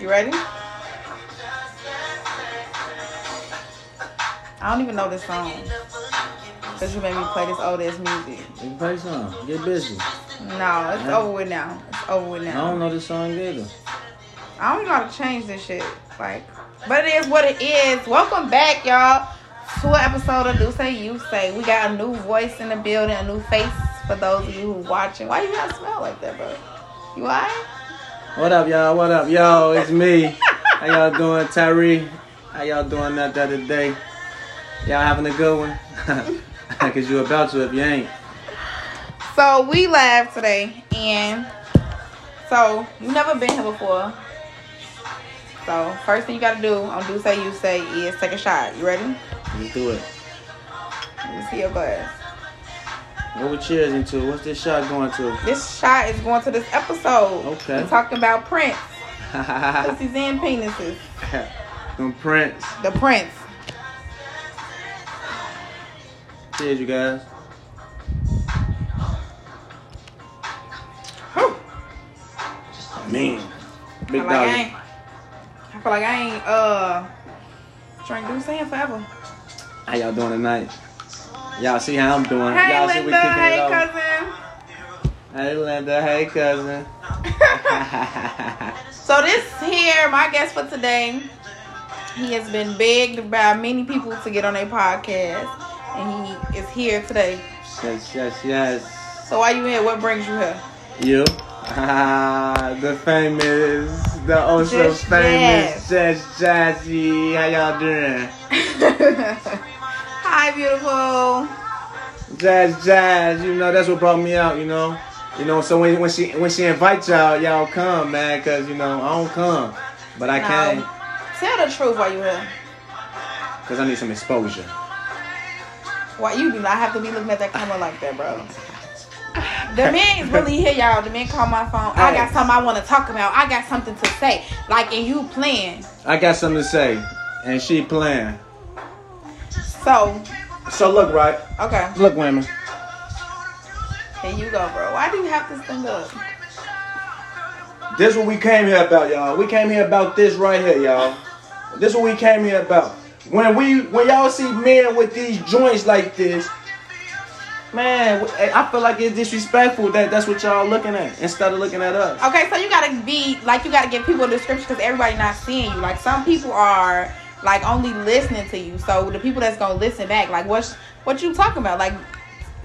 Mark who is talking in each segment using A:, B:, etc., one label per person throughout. A: You ready? I don't even know this song. Cause you made me play this old ass music.
B: You play some. Get busy.
A: No, it's
B: Yeah.
A: over with now. It's over with
B: I
A: now.
B: don't know this song either.
A: I don't even know how to change this shit. Like, but it is what it is. Welcome back, y'all, to an episode of Do Say You Say. We got a new voice in the building, a new face for those of you who watching. Why you gotta smell like that, bro? You alright?
B: What up, y'all? What up, y'all? It's me. How y'all doing, Tyree? How y'all doing that the other day? Y'all having a good one? Cause you about to if you ain't.
A: So we live today, and so you never been here before. So first thing you gotta do on Do Say You Say is take a shot. You ready?
B: Let's do it.
A: Let me see your glass.
B: What we cheers into? What's this shot going to?
A: This shot is going to this episode.
B: Okay.
A: We're talking about Prince, pussies and penises.
B: Them prints.
A: The Prince.
B: Cheers, you guys.
A: Whew.
B: Man. Big
A: I feel like I
B: dog.
A: ain't. I feel like I ain't uh drank Deuce in forever.
B: How y'all doing tonight? Y'all see how I'm doing.
A: Hey
B: Uh, y'all see
A: Linda, hey
B: off.
A: cousin.
B: Hey Linda, hey cousin.
A: so this here, my guest for today, he has been begged by many people to get on their podcast, and he is here today.
B: yes, yes, yes.
A: So why you here? What brings you here?
B: You. the famous, the oh so
A: Just
B: famous Jess Jazzy. How y'all doing?
A: Hi, beautiful.
B: Jazz, jazz. You know that's what brought me out. You know, you know. So when, when she when she invites y'all, y'all come, man, cause you know I don't come, but I
A: No.
B: came
A: Tell the truth why you here.
B: cause I need some exposure.
A: Why you do not have to be looking at that camera like that, bro. The man is really here, y'all. The man called my phone. I got something I want to talk about. I got something to say. Like, and you playing.
B: I got something to say, and she playing.
A: So,
B: So look, right?
A: okay.
B: Look, women.
A: Here you go, bro. Why do you have this thing up?
B: This what we came here about, y'all. We came here about this right here, y'all. This what we came here about. When we when y'all see men with these joints like this, man, I feel like it's disrespectful that that's what y'all looking at instead of looking at us.
A: Okay, so you gotta be like you gotta give people a description because everybody not seeing you. Like some people are like only listening to you. So the people that's gonna listen back, like what's what you talking about? Like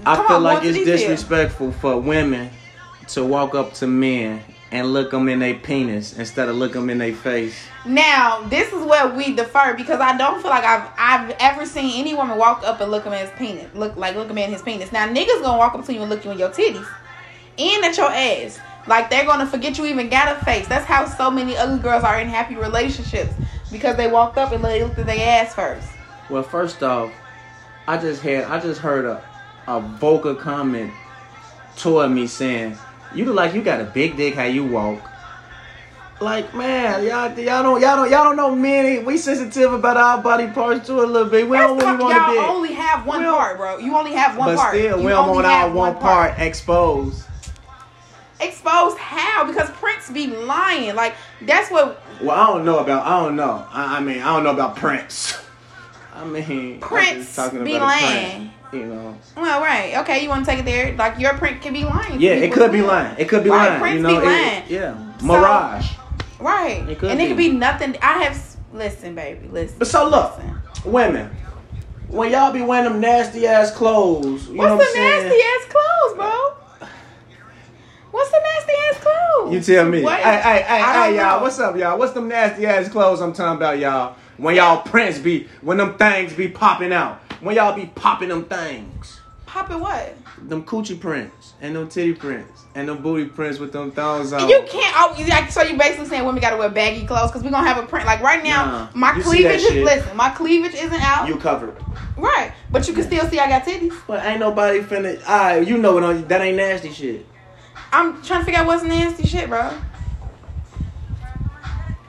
B: I
A: come
B: feel
A: on, go
B: like
A: into
B: it's
A: detail.
B: disrespectful for women to walk up to men and look them in their penis instead of look them in their face.
A: Now, this is where we defer because I don't feel like I've I've ever seen any woman walk up and look him at his penis. Look like look him in his penis. Now niggas gonna walk up to you and look you in your titties. And at your ass. Like they're gonna forget you even got a face. That's how so many ugly girls are in happy relationships. Because they walked up and they looked at their ass first.
B: Well, first off, I just had I just heard a a vocal comment toward me saying, "You look like you got a big dick how you walk." Like man, y'all y'all don't y'all don't y'all don't know men. We sensitive about our body parts too a little bit. We don't
A: First
B: really
A: off,
B: want
A: y'all
B: to be.
A: only have one
B: We don't-
A: part, bro. You only have one
B: But
A: part.
B: still,
A: You
B: we don't
A: only
B: want
A: have
B: our one part exposed.
A: Exposed how? Because Prince be lying. Like that's what
B: Well, I don't know about. I don't know. I, I mean, I don't know about Prince. I mean, I'm just
A: Prince be
B: his
A: lying.
B: Prince, you know.
A: Well, right. Okay, you want to take it there? Like your print could be lying. to
B: Yeah, it
A: people
B: could be
A: as well.
B: lying. It could be
A: Right,
B: lying.
A: Prince
B: you know,
A: be
B: it-
A: lying.
B: yeah,
A: So-
B: mirage.
A: Right.
B: It could
A: and it could
B: be.
A: be nothing. I have s- listen, baby, listen.
B: But so look,
A: listen.
B: women, when y'all be wearing them nasty ass clothes, you know what
A: What's
B: I'm
A: the
B: saying?
A: nasty ass clothes, bro? What's the nasty ass clothes?
B: You tell me.
A: What?
B: Hey, hey, hey,
A: I don't
B: hey, y'all.
A: know.
B: What's up, y'all? What's them nasty ass clothes I'm talking about, y'all? When y'all prints be, when them things be popping out, when y'all be popping them things,
A: Popping what?
B: them coochie prints and them titty prints and them booty prints with them thongs on.
A: You can't. always like, so you basically saying women gotta wear baggy clothes because we gonna have a print. Like right now,
B: Nah,
A: my
B: you see that
A: cleavage. Is,
B: shit.
A: listen, my cleavage isn't out.
B: You covered.
A: right, but you can still see I got titties.
B: But ain't nobody finna. Ah, you know what? I'm- That ain't nasty shit.
A: I'm trying to figure out what's nasty shit, bro.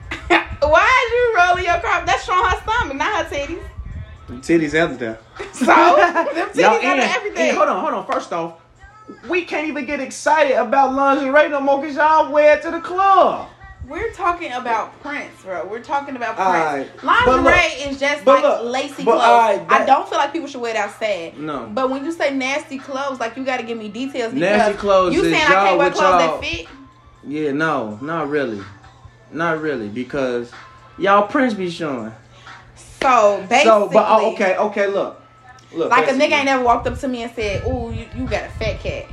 A: Why is you rolling your crop? That's showing her stomach, not her titties.
B: Them titties out there.
A: So them titties
B: and-
A: under everything.
B: and hold on, hold on. First off, we can't even get excited about lingerie no more because y'all wear it to the club.
A: We're talking about Prince, bro. We're talking about
B: All
A: Prince.
B: right. But
A: Lingerie is just like
B: but look,
A: lacy
B: but
A: clothes.
B: all right,
A: I
B: that-
A: don't feel like people should wear it outside.
B: No.
A: But when you say nasty clothes, like you got to give me details.
B: Nasty
A: because
B: clothes
A: You
B: is
A: saying I can't
B: y'all
A: wear
B: with
A: clothes
B: y'all-
A: that fit?
B: Yeah, no, not really, not really, because y'all Prince be showing.
A: So basically,
B: so, but oh, okay, okay, look, look.
A: Like a nigga
B: basically.
A: ain't never walked up to me and said, "Ooh, you, you got a fat cat."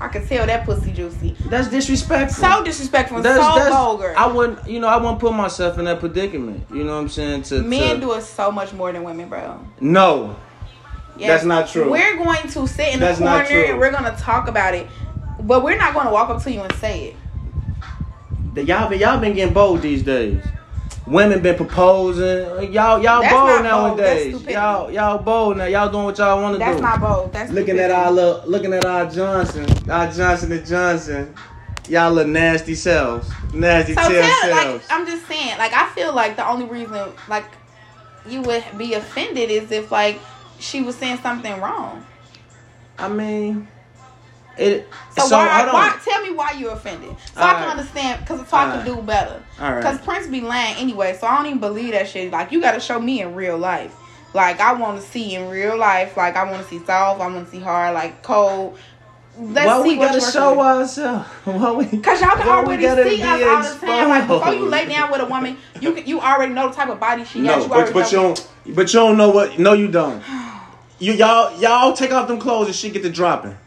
A: I could tell that pussy juicy.
B: That's disrespectful.
A: So disrespectful, and so vulgar.
B: I wouldn't, you know, I wouldn't put myself in that predicament. You know what I'm saying? To
A: Men
B: to,
A: do it so much more than women, bro.
B: No, That's not true.
A: We're going to sit in
B: That's
A: the
B: not
A: corner
B: true.
A: and we're going to talk about it, but we're not going to walk up to you and say it.
B: That y'all been y'all been getting bold these days. Women been proposing. Y'all y'all
A: That's
B: bold
A: not bold. That's
B: nowadays.
A: stupidity.
B: y'all y'all bold now. Y'all doing what y'all want to do.
A: That's not bold. That's
B: looking at
A: stupidity.
B: our little, looking at our Johnson, our Johnson and Johnson. Y'all little nasty selves, nasty
A: So
B: tail
A: tell, like
B: selves.
A: I'm just saying, like I feel like the only reason like you would be offended is if like she was saying something wrong.
B: I mean, it.
A: So,
B: So,
A: why,
B: hold on.
A: why? Tell me why you're offended, so I can
B: Alright.
A: understand. Because so I can
B: Alright.
A: do better.
B: Alright.
A: Because Prince be lying anyway, so I don't even believe that shit. Like you got to show me in real life. Like I want to see in real life. Like I want to see soft. I want to see hard. Like cold. Let's
B: Why
A: see
B: we gotta show ourselves? Why we?
A: Cause y'all can
B: why we
A: already
B: gotta
A: see
B: be
A: us all the time. Like before you lay
B: exposed?
A: down with a woman, you can, you already know the type of body she has.
B: No,
A: You
B: but,
A: already
B: but you
A: know-
B: don't. But you don't know what. No, you don't. You y'all y'all take off them clothes and she get to dropping.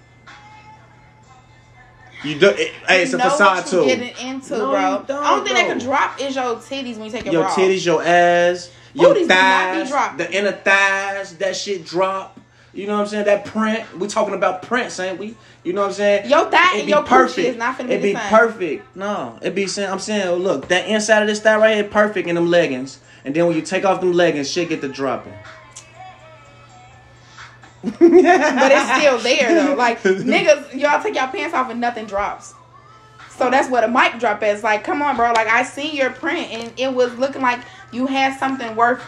B: You do. It, hey, it's
A: you
B: a
A: know what you
B: facade too.
A: Getting into
B: No,
A: bro.
B: you don't,
A: Only thing that can
B: though.
A: drop is your titties when you take it
B: Your
A: raw.
B: titties, your ass, your
A: Booties do not be
B: thighs,
A: dropping.
B: the inner thighs, that shit drop. You know what I'm saying? That print. We talking about prints, ain't we? You know what I'm saying?
A: Your thigh
B: It
A: and
B: be
A: your coochie is not finna be
B: It be
A: the same.
B: perfect. No, it be saying I'm saying. oh, Look, that inside of this thigh right here, perfect in them leggings. And then when you take off them leggings, shit get to dropping.
A: but it's still there though. Like niggas, y'all take y'all pants off and nothing drops. So that's what a mic drop is. Like, come on, bro. Like I seen your print and it was looking like you had something worth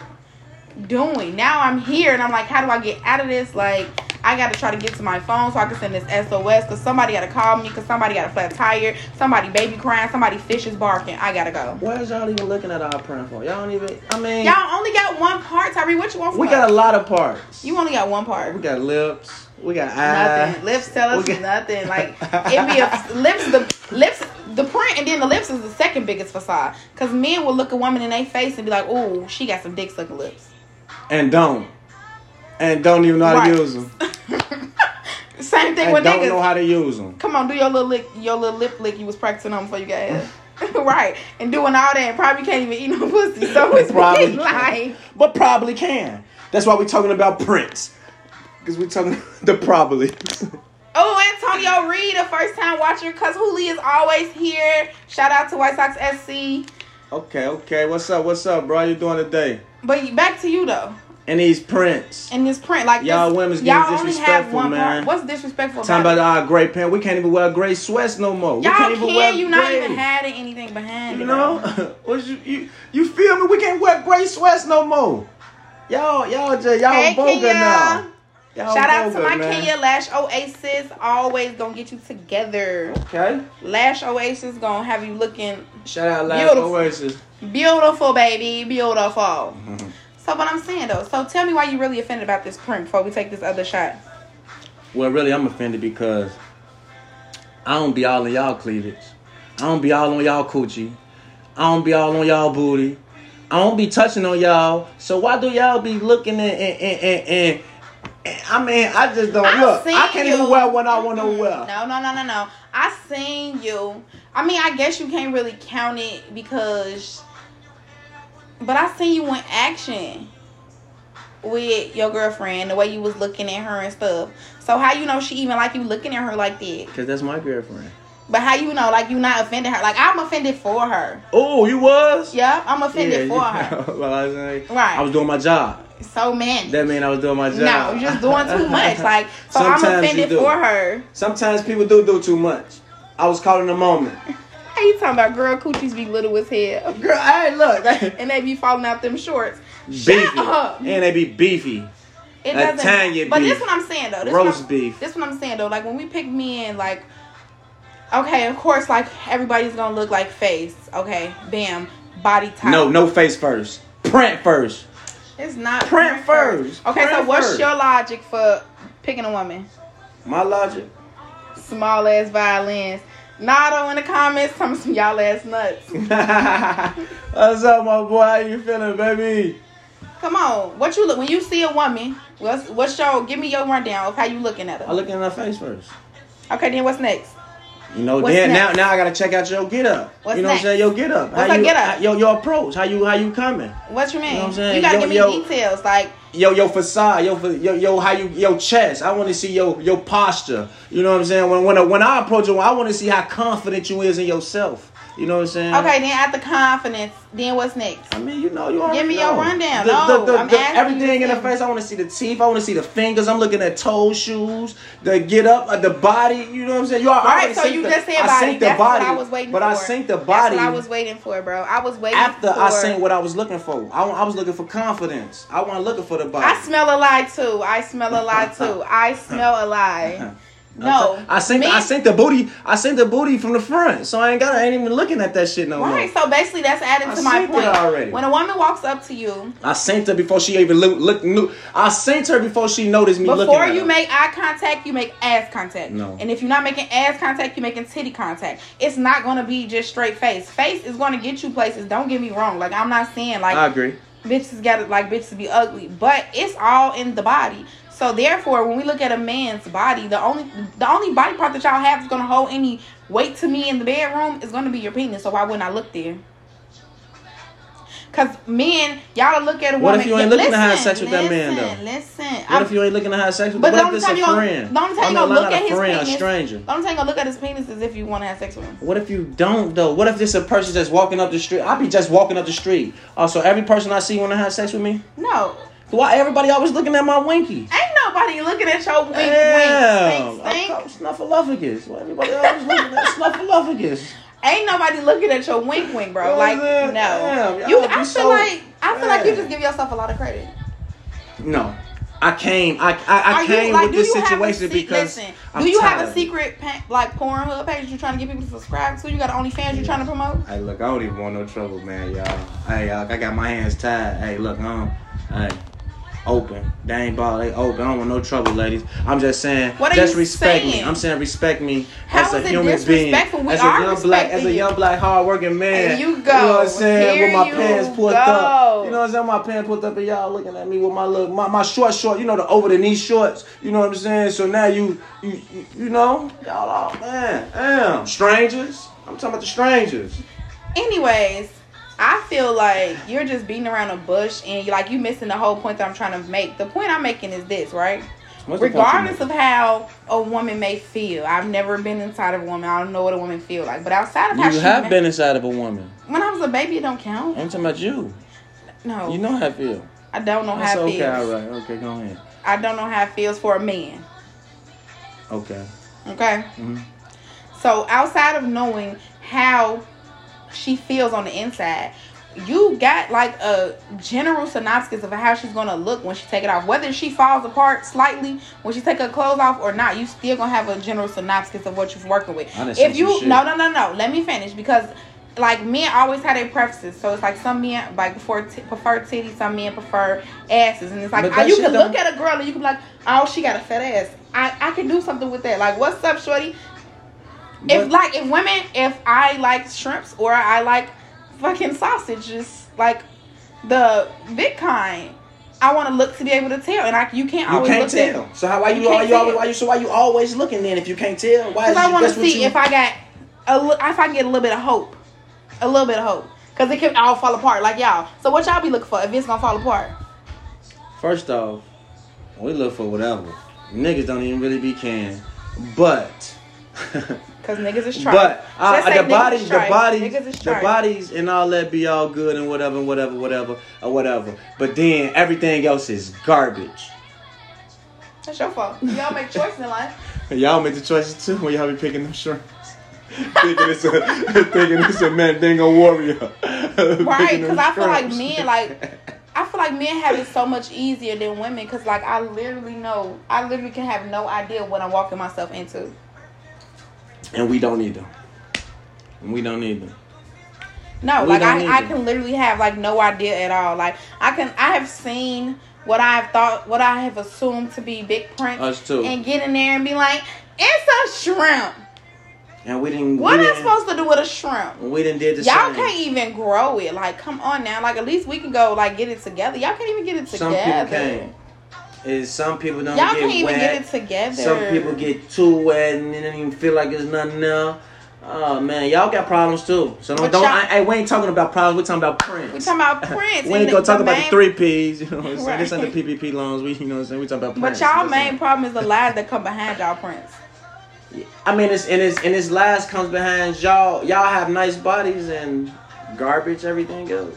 A: doing. Now I'm here and I'm like, how do I get out of this? Like, I gotta try to get to my phone so I can send this SOS because somebody gotta call me because somebody got a flat tire, somebody baby crying, somebody fish is barking. I gotta go.
B: Why is y'all even looking at our print for? Y'all don't even. I mean,
A: Y'all only got one part, Tyree. What you want? From
B: Mm. we
A: us?
B: got a lot of parts.
A: You only got one part.
B: we got lips. We got eyes.
A: nothing. Lips tell us
B: we got-
A: nothing. Like it be a lips the lips the print and then the lips is the second biggest facade. Cause men will look a woman in their face and be like, "Oh, she got some dick sucking lips."
B: And don't. And don't even know how
A: Right.
B: to use them.
A: Same thing
B: And
A: with
B: don't
A: niggas.
B: know how to use them.
A: Come on, do your little lick, your little lip lick you was practicing on before you got here. right, and doing all that, and probably can't even eat no pussy. So it's probably
B: Probably
A: like
B: But probably can. That's why we're talking about Prince. Because we're talking the probably.
A: Oh, Antonio Reed, a first time watcher, cause Huli is always here. Shout out to White Sox SC.
B: okay, okay. What's up? What's up, bro? How you doing today?
A: But back to you though.
B: And these Prince.
A: in this print. Like
B: Y'all
A: this-
B: women's getting
A: y'all only have
B: disrespectful,
A: one
B: man.
A: part. What's disrespectful
B: Talking
A: about
B: about
A: it?
B: our great pants. We can't even wear gray sweats no more. we
A: Y'all
B: can't
A: can
B: even wear
A: you not
B: gray.
A: even having anything behind
B: You
A: it,
B: know,
A: bro.
B: what you, you you feel me? We can't wear gray sweats no more. Y'all, y'all just y'all
A: Hey,
B: vulgar
A: Kenya.
B: now. Y'all
A: Shout out to
B: vulgar,
A: my
B: man.
A: Kenya Lash Oasis. Always gonna get you together.
B: Okay.
A: Lash Oasis gonna have you looking
B: Shout out Last
A: Beautiful.
B: Oasis.
A: beautiful, baby, beautiful. So what I'm saying though, so tell me why you really offended about this print before we take this other shot.
B: Well, really, I'm offended because I don't be all in y'all cleavage. I don't be all on y'all coochie. I don't be all on y'all booty. I don't be touching on y'all. So why do y'all be looking and and and and? and and- I mean, I just don't
A: I
B: look.
A: seen
B: I can't
A: you.
B: even wear what I want to wear.
A: No, no, no, no, no. I seen you. I mean, I guess you can't really count it because, but I seen you in action with your girlfriend, the way you was looking at her and stuff. So how you know she even like you looking at her like that?
B: Cause that's my girlfriend.
A: But how you know like you not offended her? Like I'm offended for her.
B: Oh, you was?
A: Yeah, I'm offended for her.
B: well, I was like,
A: Right.
B: I was doing my job.
A: So man,
B: That mean I was doing my job.
A: no, you're just doing too much. Like so,
B: Sometimes you
A: I'm offended
B: do.
A: for her.
B: sometimes people do do too much. I was caught in a moment.
A: How you talking about girl coochies be little as hell?
B: Girl, hey, look, they
A: and they be falling out them shorts.
B: beefy,
A: Shut up.
B: and they be beefy.
A: It
B: That
A: doesn't.
B: Tanya
A: but
B: beef.
A: this what I'm saying though. This what
B: Roast
A: I'm,
B: beef.
A: This what I'm saying though. Like when we pick men, like Okay, of course, like everybody's gonna look like face. Okay, bam, body type.
B: No, no face first. Print first.
A: it's not
B: Print first.
A: Okay, so
B: Print
A: what's
B: first.
A: your logic for picking a woman?
B: My logic.
A: Small ass violins. Nado in the comments, some some y'all ass nuts.
B: What's up, my boy? How you feeling, baby?
A: Come on, what you look when you see a woman? What's what's your? Give me your rundown of how you looking at
B: I
A: her.
B: look in her face first.
A: Okay, then what's next?
B: You know,
A: What's
B: then
A: next?
B: now now I gotta check out your get up.
A: What's
B: you know
A: next?
B: what I'm saying? Your get up.
A: What's
B: how
A: her
B: you,
A: get up?
B: Your, your approach. How you how you coming?
A: What you mean?
B: You know what I'm saying?
A: you gotta
B: Yo-
A: give me
B: yo-
A: details, like
B: Yo, your facade, yo, yo, yo, how you, your chest. I want to see your, your posture. You know what I'm saying? When, when, when I approach you, I want to see how confident you is in yourself. You know what I'm saying?
A: okay, then after confidence, then what's next?
B: I mean, you know, you already
A: Give me
B: know.
A: your rundown.
B: The,
A: No,
B: the, the,
A: I'm
B: the-
A: asking you
B: everything in the
A: to-
B: face. I want to see the teeth. I want to see the fingers. I'm looking at toes, shoes, the get up, uh, the body. You know what I'm saying? You all
A: All right, so you just said body.
B: synced
A: That's what I was waiting
B: but
A: for.
B: I synced the
A: That's
B: body
A: what I was waiting for, bro. I was waiting
B: after
A: for.
B: I seen what I was looking for. I, wa- I was looking for confidence. I wasn't looking for the body.
A: I smell a lie too. I smell a lie too. I smell a lie. No,
B: I seen
A: Me-
B: I seen the booty. I seen the booty from the front, so I ain't got. I ain't even looking at that shit no more.
A: Right, so basically that's added
B: I
A: to my
B: seen that
A: point.
B: already.
A: When a woman walks up to you,
B: I seen her before she even looked. Look, knew. I seen her before she noticed me. looking
A: before
B: at
A: you
B: her.
A: make eye contact, you make ass contact.
B: No.
A: And if you're not making ass contact, you're making titty contact. It's not gonna be just straight face. Face is gonna get you places. Don't get me wrong. Like I'm not saying like
B: I agree.
A: bitches got to like bitches be ugly, but it's all in the body. So therefore, when we look at a man's body, the only the only body part that y'all have is gonna hold any weight to me in the bedroom is gonna be your penis. So why wouldn't I look there? Cause men, y'all look at a
B: What
A: woman.
B: if you ain't looking to have sex with that man, though?
A: Listen,
B: What
A: I'm-
B: if you ain't looking to have sex with?
A: But
B: what
A: don't
B: if it's
A: tell
B: a
A: me you don't-
B: friend?
A: don't tell you
B: I
A: don't
B: mean, not
A: look
B: a
A: at his
B: friend,
A: penis.
B: A stranger.
A: I'm saying, go look at his penis as if you want to have sex with him.
B: What if you don't though? What if this a person just walking up the street? I be just walking up the street. Also, every person I see want to have sex with me.
A: No,
B: Why everybody always looking at my winky?
A: ain't nobody looking at your wink,
B: Damn,
A: wink,
B: I
A: stink, stink.
B: thought snuffleupagus. Why everybody always looking at snuffleupagus?
A: Ain't nobody looking at your wink wink, bro.
B: Yeah,
A: Like no,
B: man, damn,
A: you.
B: y'all
A: I
B: be
A: feel
B: so-
A: like I feel like you
B: man.
A: just give yourself a lot of credit.
B: No, I came. I I, I
A: Are
B: came
A: you, like,
B: with
A: do you
B: this
A: have a
B: situation
A: se-
B: because
A: listen,
B: I'm
A: do you
B: tired.
A: have a secret pa- like Pornhub page you're trying to get people to subscribe to? You got OnlyFans you're trying to promote?
B: Hey, look, I don't even want no trouble, man, y'all. Hey, y'all, I got my hands tied. Hey, look, I'm hey, open. They ain't ball, they open. I don't want no trouble, ladies. I'm just saying,
A: What are
B: just
A: you
B: respect me.
A: saying?
B: I'm saying respect me
A: How
B: as a
A: is it
B: human being, as a
A: disrespectful? We are
B: young black, as a
A: respecting
B: young
A: you.
B: black hardworking man.
A: And you
B: know what
A: go.
B: I'm saying?
A: Here
B: with my
A: you
B: pants pulled
A: go.
B: up. You know what I'm saying? My pants pulled up, and y'all looking at me with my little, my, my short short. You know the over the knee shorts. You know what I'm saying? So now you, you, you, you know, y'all all man, damn, strangers. I'm talking about the strangers.
A: Anyways, I feel like you're just beating around a bush and you like you missing the whole point that I'm trying to make. The point I'm making is this, right?
B: What's the point you
A: Regardless
B: making?
A: of how a woman may feel, I've never been inside of a woman. I don't know what a woman feel like, but outside of how
B: You
A: she
B: have
A: ma-
B: been inside of a woman.
A: when I was a baby, it don't count.
B: I'm talking about you.
A: No,
B: You know how I feel.
A: I don't know
B: That's
A: how it
B: okay,
A: feels.
B: all right. Okay, go ahead.
A: I don't know how it feels for a man.
B: Okay.
A: Okay.
B: Mhm.
A: So outside of knowing how she feels on the inside, you got like a general synopsis of how she's gonna look when she take it off. Whether she falls apart slightly when she take her clothes off or not, you still gonna have a general synopsis of what you're working with.
B: I done seen
A: If you
B: some shit.
A: no no no no, let me finish because like men always have their preferences, so it's like some men like before t- prefer titties, some men prefer asses, and it's like
B: But
A: I,
B: that
A: you
B: shit
A: can
B: don't-
A: look at a girl and you can be like, oh, she got a fat ass. I I can do something with that. Like, what's up, shorty?
B: But-
A: if like if women, if I like shrimps or I like fucking sausages, like the big kind, I want to look to be able to tell, and I you can't
B: You
A: always
B: can't
A: look at-
B: tell. so how why you,
A: You
B: all
A: can't
B: you always
A: tell.
B: why you so why you always looking then if you can't tell? Why is
A: Because I
B: you-
A: want to
B: that's what
A: see
B: you-
A: if I got a li- if I can get a little bit of hope, a little bit of hope, because it can all fall apart like y'all. So what y'all be looking for if it's gonna fall apart?
B: First off, we look for whatever. Niggas don't even really be can. But
A: Because niggas is tripe.
B: But
A: Just
B: uh,
A: say
B: the
A: niggas
B: bodies,
A: is
B: the
A: tripe.
B: bodies,
A: Niggas is
B: the
A: tripe.
B: bodies, and all that be all good and whatever, and whatever, whatever, or whatever. But then everything else is garbage.
A: That's your fault. Y'all make choices in life.
B: Y'all make the choices too when y'all be picking them shrimps. thinking it's a thinking it's a Mandingo warrior.
A: Right, because I feel like men, like I feel like men have it so much easier than women. Because like I literally know, I literally can have no idea what I'm walking myself into.
B: And we don't need them. And we don't need them.
A: No,
B: We
A: like
B: don't
A: I,
B: need
A: I
B: them.
A: can literally have like no idea at all. Like I can I have seen what I've thought what I have assumed to be big print
B: Us too.
A: and get in there and be like, It's a shrimp.
B: And we didn't.
A: What
B: we
A: am I
B: didn't,
A: supposed to do with a shrimp?
B: We didn't did the
A: Y'all
B: same.
A: can't even grow it. Like, come on now. Like, at least we can go like get it together. Y'all can't even get it
B: Some
A: together.
B: people can't. Is some people don't
A: Y'all
B: get
A: can't even
B: wet.
A: get it together.
B: Some people get too wet and then they don't even feel like it's nothing now. Oh man, y'all got problems too. So don't,
A: But
B: don't
A: y'all-
B: I, I- we ain't talking about problems. We're talking about
A: We
B: prints.
A: talking about Prince.
B: We
A: and
B: ain't gonna talk about the
A: main-
B: three P's. You know what I'm saying? This ain't
A: Right.
B: the PPP loans. We, you know what I'm saying? We talking about
A: But
B: prints.
A: y'all
B: That's
A: main
B: it.
A: problem is the lies that come behind y'all Prince.
B: I mean, it's and it's and it's last comes behind y'all. Y'all have nice bodies and garbage. Everything else.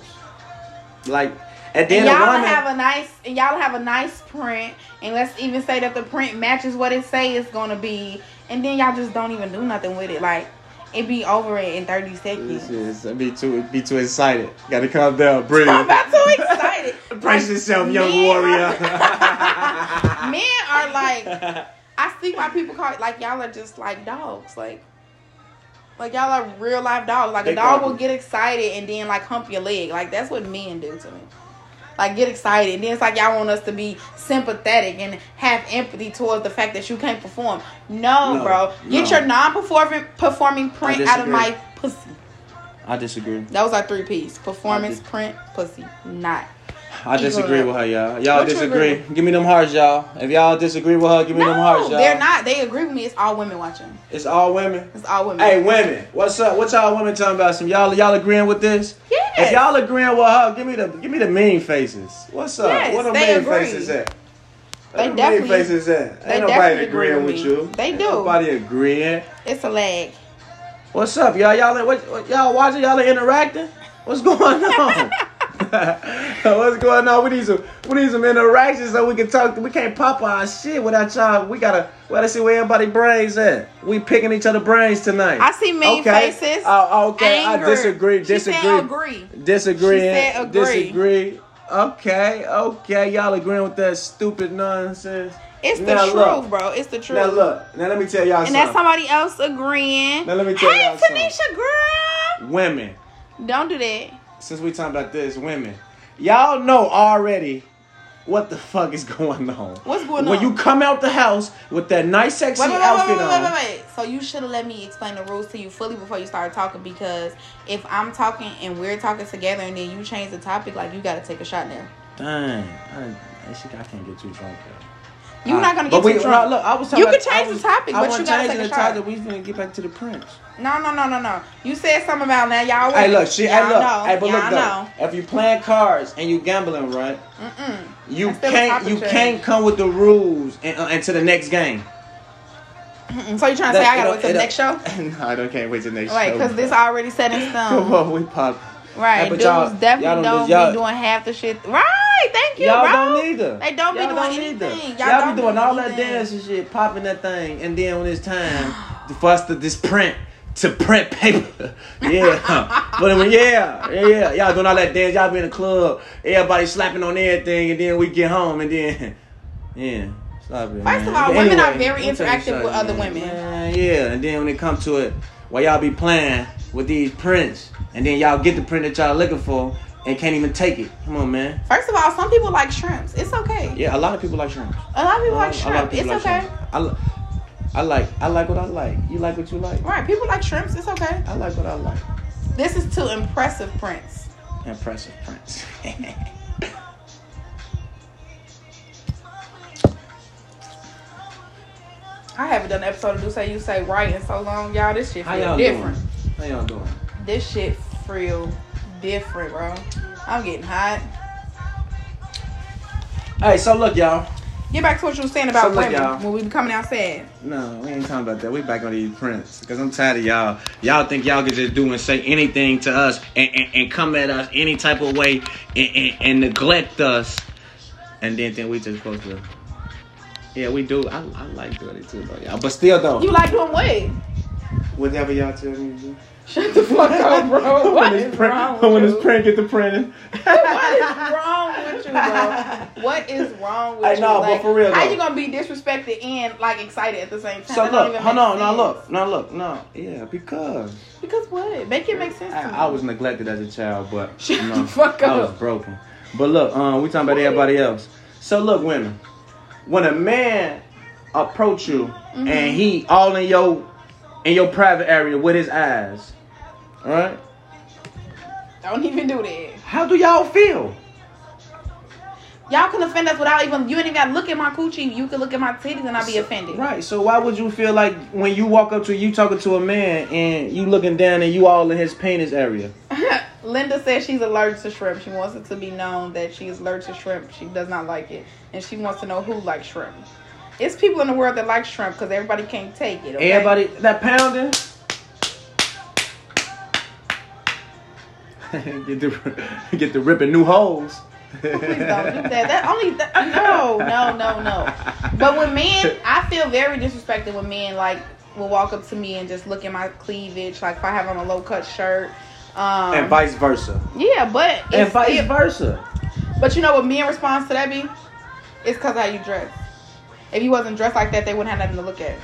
B: Like at the
A: And
B: end
A: y'all
B: of woman,
A: have a nice and y'all have a nice print and let's even say that the print matches what it say it's gonna be and then y'all just don't even do nothing with it. Like it be over it in thirty
B: This
A: seconds.
B: is be too be too excited. Got to calm down, breathe.
A: I'm about so excited.
B: Brace yourself, young
A: men
B: warrior.
A: Are, men are like I see why people call it like y'all are just like dogs, like like y'all are real life dogs. Like
B: They
A: a dog
B: probably-
A: will get excited and then like hump your leg. Like that's what men do to me. Like get excited. And then it's like y'all want us to be sympathetic and have empathy towards the fact that you can't perform. No,
B: No,
A: bro. Get
B: no.
A: your non performing performing print out of
B: disagree.
A: my pussy.
B: I disagree.
A: That was our three P's. Performance,
B: I dis-
A: print, pussy. Not.
B: I disagree with her, y'all. Y'all
A: What you
B: disagree.
A: agree
B: Give me them hearts, y'all. If y'all disagree with her, give me them hearts,
A: No,
B: y'all.
A: they're not. They agree with me. It's all women watching.
B: It's all women.
A: It's all women.
B: Hey, women, what's up? What y'all women talking about? Some y'all y'all agreeing with this?
A: Yes.
B: If y'all agreeing with her, give me the give me the mean faces. What's up?
A: Yes,
B: what the
A: they
B: mean
A: agree.
B: faces at?
A: They
B: Where the mean
A: definitely-
B: faces at?
A: they
B: Ain't nobody
A: definitely agree
B: agreeing
A: with
B: with
A: me.
B: you.
A: They
B: Ain't
A: do.
B: Nobody agreeing.
A: It's a lag.
B: What's up, y'all? Y'all, what, what, y'all watching? Y'all interacting? What's going on? What's going on? We need some, we need some interaction so we can talk. We can't pop our shit without y'all. We gotta, we gotta see where everybody brains at. We picking each other brains tonight.
A: I see mean faces.
B: Oh, okay.
A: Anger.
B: I disagree.
A: She
B: Disagree.
A: Said agree.
B: Disagree.
A: She said agree.
B: Disagree. Okay. Okay. Y'all agreeing with that stupid nonsense?
A: It's the
B: Now
A: truth,
B: look.
A: bro. It's the truth.
B: Now look. Now let me tell y'all
A: and
B: something.
A: that's somebody else agreeing.
B: Now let me tell
A: hey,
B: y'all something.
A: Tanisha, girl.
B: Women.
A: Don't do that.
B: since we talking about this, women, y'all know already what the fuck is going on.
A: What's going
B: When
A: on?
B: you come out the house with that nice, sexy
A: Wait, wait, wait, wait,
B: outfit
A: wait,
B: on,
A: wait, wait, wait. So you should have let me explain the rules to you fully before you started talking because if I'm talking and we're talking together and then you change the topic, like you got to take a shot now.
B: dang, I, I, shit, I can't get too drunk.
A: You're not gonna get
B: but
A: too
B: we,
A: drunk.
B: no, look, I was
A: You
B: talking
A: can
B: about-
A: change
B: I
A: the
B: was-
A: topic,
B: I
A: but
B: wasn't
A: you gotta
B: changing
A: take
B: the
A: a shot.
B: topic. We finna get back to the prince.
A: No, no, no, no, no. You said something about now y'all.
B: Hey,
A: women.
B: look, she.
A: Y'all
B: Hey, look.
A: know.
B: Hey, but
A: y'all
B: look though,
A: know.
B: if you playing cards and you gambling, right?
A: Mm-mm.
B: You
A: That's still a
B: can't.
A: topic
B: You
A: change.
B: can't come with the rules and, uh, and to the next game.
A: Mm-mm. So you trying to say I gotta wait till the next show?
B: no, I don't can't wait till the next
A: Right,
B: show.
A: because this already set in stone.
B: Come on, we pop.
A: Right,
B: Hey, but
A: dudes
B: y'all- y'all
A: definitely
B: don't
A: don't,
B: do- y'all-
A: be doing half the shit. Right, thank you,
B: Y'all
A: bro.
B: don't either.
A: They don't be
B: Y'all
A: doing
B: either.
A: anything. Y'all
B: Y'all, be
A: don't
B: doing
A: do
B: all that
A: anything.
B: dance and shit, popping that thing, and then when it's time for us to this print, to print paper. Yeah. but I mean, yeah, yeah, y'all doing all that dance. Y'all be in the club, everybody slapping on everything, and then we get home, and then, yeah. Stop it, man.
A: of all,
B: But
A: women are very
B: we'll take a
A: interactive
B: shot,
A: with other
B: man.
A: women.
B: Man, yeah, and then when it comes to it, while y'all be playing with these prints, and then y'all get the print that y'all looking for and can't even take it. Come on, man.
A: First of all, some people like shrimps. It's okay.
B: Yeah, a lot of people like shrimp.
A: A lot of people like
B: A lot of
A: shrimp. It's
B: people like
A: okay.
B: shrimp. I, li- I like I like what I like. You like what you like.
A: Right, people like shrimps. It's okay.
B: I like what I like.
A: This is too impressive, Prince.
B: Impressive prints.
A: I haven't done an episode of Do Say You Say Right in so long, y'all. This shit
B: How
A: feel
B: y'all
A: different.
B: doing? How y'all doing?
A: This shit feel different, bro. I'm getting hot.
B: Hey, so look, y'all.
A: Get back to what you were saying about
B: So look,
A: women
B: y'all.
A: when we be coming outside.
B: No, we ain't talking about that. We back on these prints because I'm tired of y'all. Y'all think y'all can just do and say anything to us and, and, and come at us any type of way and, and, and neglect us, and then think we just supposed to. Yeah, we do. I, I like doing it too, though, y'all. But still, though,
A: You like doing what?
B: whatever y'all tell me to do.
A: Shut the fuck up, bro. What is wrong with you?
B: get the printing.
A: What is wrong with you? bro. What is wrong with
B: Hey,
A: you?
B: nah, but
A: like,
B: for real,
A: how
B: though.
A: you gonna be disrespected and like excited at the same time?
B: So
A: That don't
B: look,
A: even
B: hold
A: make
B: on, now
A: sense.
B: look, now look, no, yeah, because
A: Because what? Make it make sense.
B: I,
A: to me.
B: I was neglected as a child, but
A: Shut
B: you
A: the
B: know,
A: fuck
B: I was
A: up.
B: broken. But look, um, we talking about everybody else. So look, women, when a man approach you
A: Mm-hmm.
B: and he all in your in your private area with his eyes, all right?
A: don't even do that.
B: How do y'all feel?
A: Y'all can offend us without even you ain't even gotta look at my coochie. You can look at my titties and I'll be offended.
B: Right. So why would you feel like when you walk up to you talking to a man and you looking down and you all in his penis area?
A: Linda says she's allergic to shrimp. She wants it to be known that she is allergic to shrimp. She does not like it, and she wants to know who likes shrimp. It's people in the world that like shrimp because everybody can't take it. Okay?
B: Everybody that pounding. get the get the ripping new holes.
A: Please don't do that. That only that, no, no, no, no. But with men, I feel very disrespected when men like will walk up to me and just look at my cleavage. Like if I have on a low cut shirt. Um,
B: and vice versa.
A: yeah, but
B: And
A: it's,
B: vice
A: it-
B: versa.
A: But you know what men responds to that be? It's cause of how you dress. If you wasn't dressed like that, they wouldn't have nothing to look at.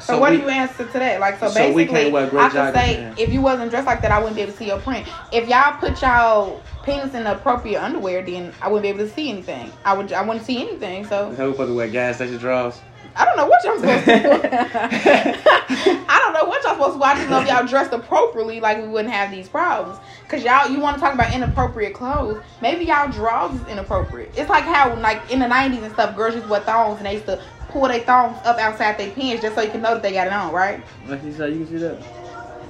A: So, what
B: we-
A: do you answer to that? Like so,
B: So we
A: basically,
B: can't wear gray
A: I could
B: joggers
A: say
B: then.
A: if you wasn't dressed like that, I wouldn't be able to see your print. If y'all put y'all penis in the appropriate underwear, then I wouldn't be able to see anything. I would I wouldn't see anything. So
B: How we supposed to wear gas station draws?
A: I don't know what y'all supposed to do. I don't know what y'all supposed to do. I just know if y'all dressed appropriately, like we wouldn't have these problems. Cause y'all, you want to talk about inappropriate clothes? Maybe y'all drawers is inappropriate. It's like how, like in the '90s and stuff, girls used to wear thongs and they used to pull their thongs up outside their pants just so you can know that they got it on, right?
B: Like you said, you can see that.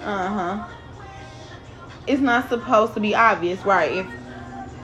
A: Uh huh. It's not supposed to be obvious, right? If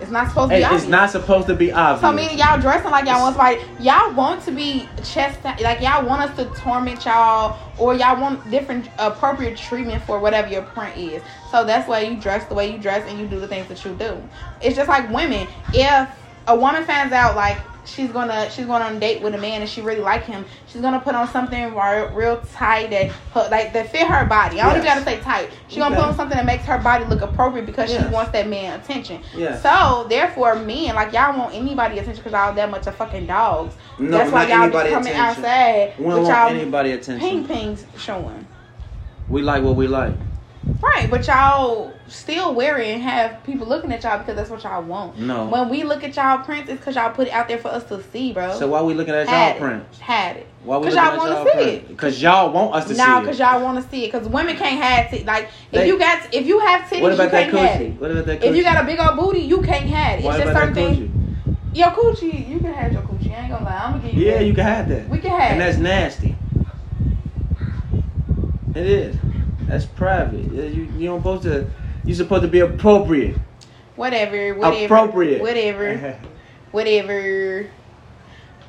A: it's not supposed to
B: Hey,
A: be obvious.
B: it's not supposed to be obvious.
A: So meaning y'all dressing like y'all want somebody. Y'all want to be chest like y'all want us to torment y'all, or y'all want different appropriate treatment for whatever your print is. So that's why you dress the way you dress and you do the things that you do. It's just like women. If a woman finds out like she's gonna she's going on a date with a man and she really like him, she's gonna put on something real, real tight that her- like that fit her body. I don't
B: Yes.
A: even gotta say tight. She's gonna
B: Okay.
A: put on something that makes her body look appropriate because
B: Yes.
A: she wants that man attention.
B: Yeah.
A: So therefore, men like y'all want anybody attention because y'all that much of fucking dogs.
B: No,
A: That's why
B: not
A: y'all be
B: anybody
A: coming
B: attention.
A: outside
B: we don't
A: with
B: want
A: y'all
B: anybody attention.
A: ping pings showing.
B: We like what we like.
A: Right, but y'all still wearing and have people looking at y'all because that's what y'all want.
B: No.
A: When we look at y'all prints, it's because y'all put it out there for us to see, bro.
B: So why we looking at
A: Had
B: y'all
A: it.
B: prints?
A: Had it.
B: Why we
A: 'Cause
B: looking
A: y'all
B: at
A: wanna
B: y'all
A: see
B: prints? Cause y'all want us to see
A: Now,
B: it.
A: cause y'all want to see it, cause women can't have it. Like, if
B: They-
A: you got, if you have titties,
B: What
A: you
B: about that
A: can't have it.
B: coochie? What about that coochie?
A: If you got a big old booty, you can't have it. It's
B: what
A: just certain
B: about that
A: things.
B: coochie?
A: Your coochie, you can have your coochie. I ain't gonna lie, I'm gonna give you.
B: Yeah,
A: that.
B: you can have that.
A: We can have
B: And
A: it.
B: that's nasty. It is. That's private. Yeah, You you don't supposed to. You supposed to be appropriate.
A: whatever, whatever,
B: appropriate. Uh-huh.
A: whatever, whatever.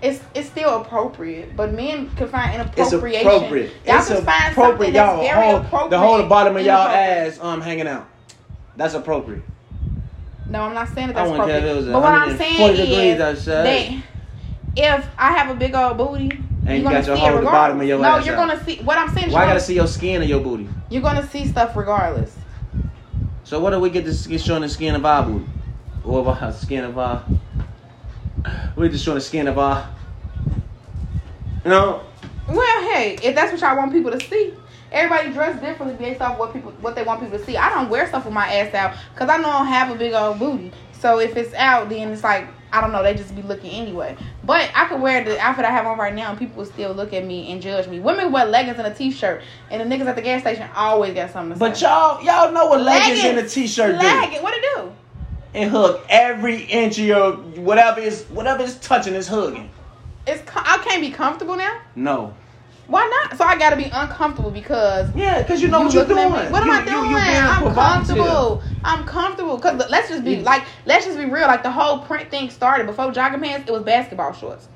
A: It's it's still appropriate, but men can find
B: it's
A: inappropriation.
B: appropriate.
A: Y'all
B: it's
A: can find something
B: appropriate.
A: that's
B: Y'all
A: very
B: hold-
A: appropriate.
B: the whole bottom of y'all
A: inappropriate.
B: ass um hanging out. That's appropriate.
A: No, I'm not saying that
B: I
A: that's
B: wouldn't care if
A: appropriate.
B: it was
A: but what I'm
B: 140
A: saying
B: degrees
A: is
B: outside.
A: that if I have a big old booty,
B: And
A: you're
B: you
A: gonna
B: got your
A: see
B: whole
A: it
B: the bottom
A: regardless.
B: of your
A: no,
B: ass
A: you're
B: out.
A: gonna see. What I'm saying is
B: Why I
A: you're,
B: gotta
A: gonna,
B: see your skin or your booty?
A: you're gonna see stuff regardless.
B: So what do we get to get showing the skin of our booty? Or of our skin of our we just showing the skin of uh, our You know?
A: Well, hey, if that's what y'all want people to see, everybody dress differently based off what people what they want people to see. I don't wear stuff with my ass out because I know I don't have a big old booty. So if it's out, then it's like I don't know. They just be looking anyway. But I could wear the outfit I have on right now, and people would still look at me and judge me. Women wear leggings and a t-shirt, and the niggas at the gas station always got something to
B: But
A: say.
B: y'all y'all know what leggings, and a
A: Leggings.
B: t-shirt do.
A: legging, what it do?
B: and hug every inch of your whatever is whatever is touching is hugging.
A: It's com- I can't be comfortable now.
B: No.
A: Why not? So I gotta be uncomfortable because
B: Yeah, because you know what you're
A: looking
B: doing.
A: at me. What am
B: You-
A: I doing?
B: you- you being
A: I'm
B: provocative.
A: comfortable. I'm comfortable. Cause let's just be
B: You-
A: like, let's just be real. Like the whole print thing started before jogging pants. It was basketball shorts,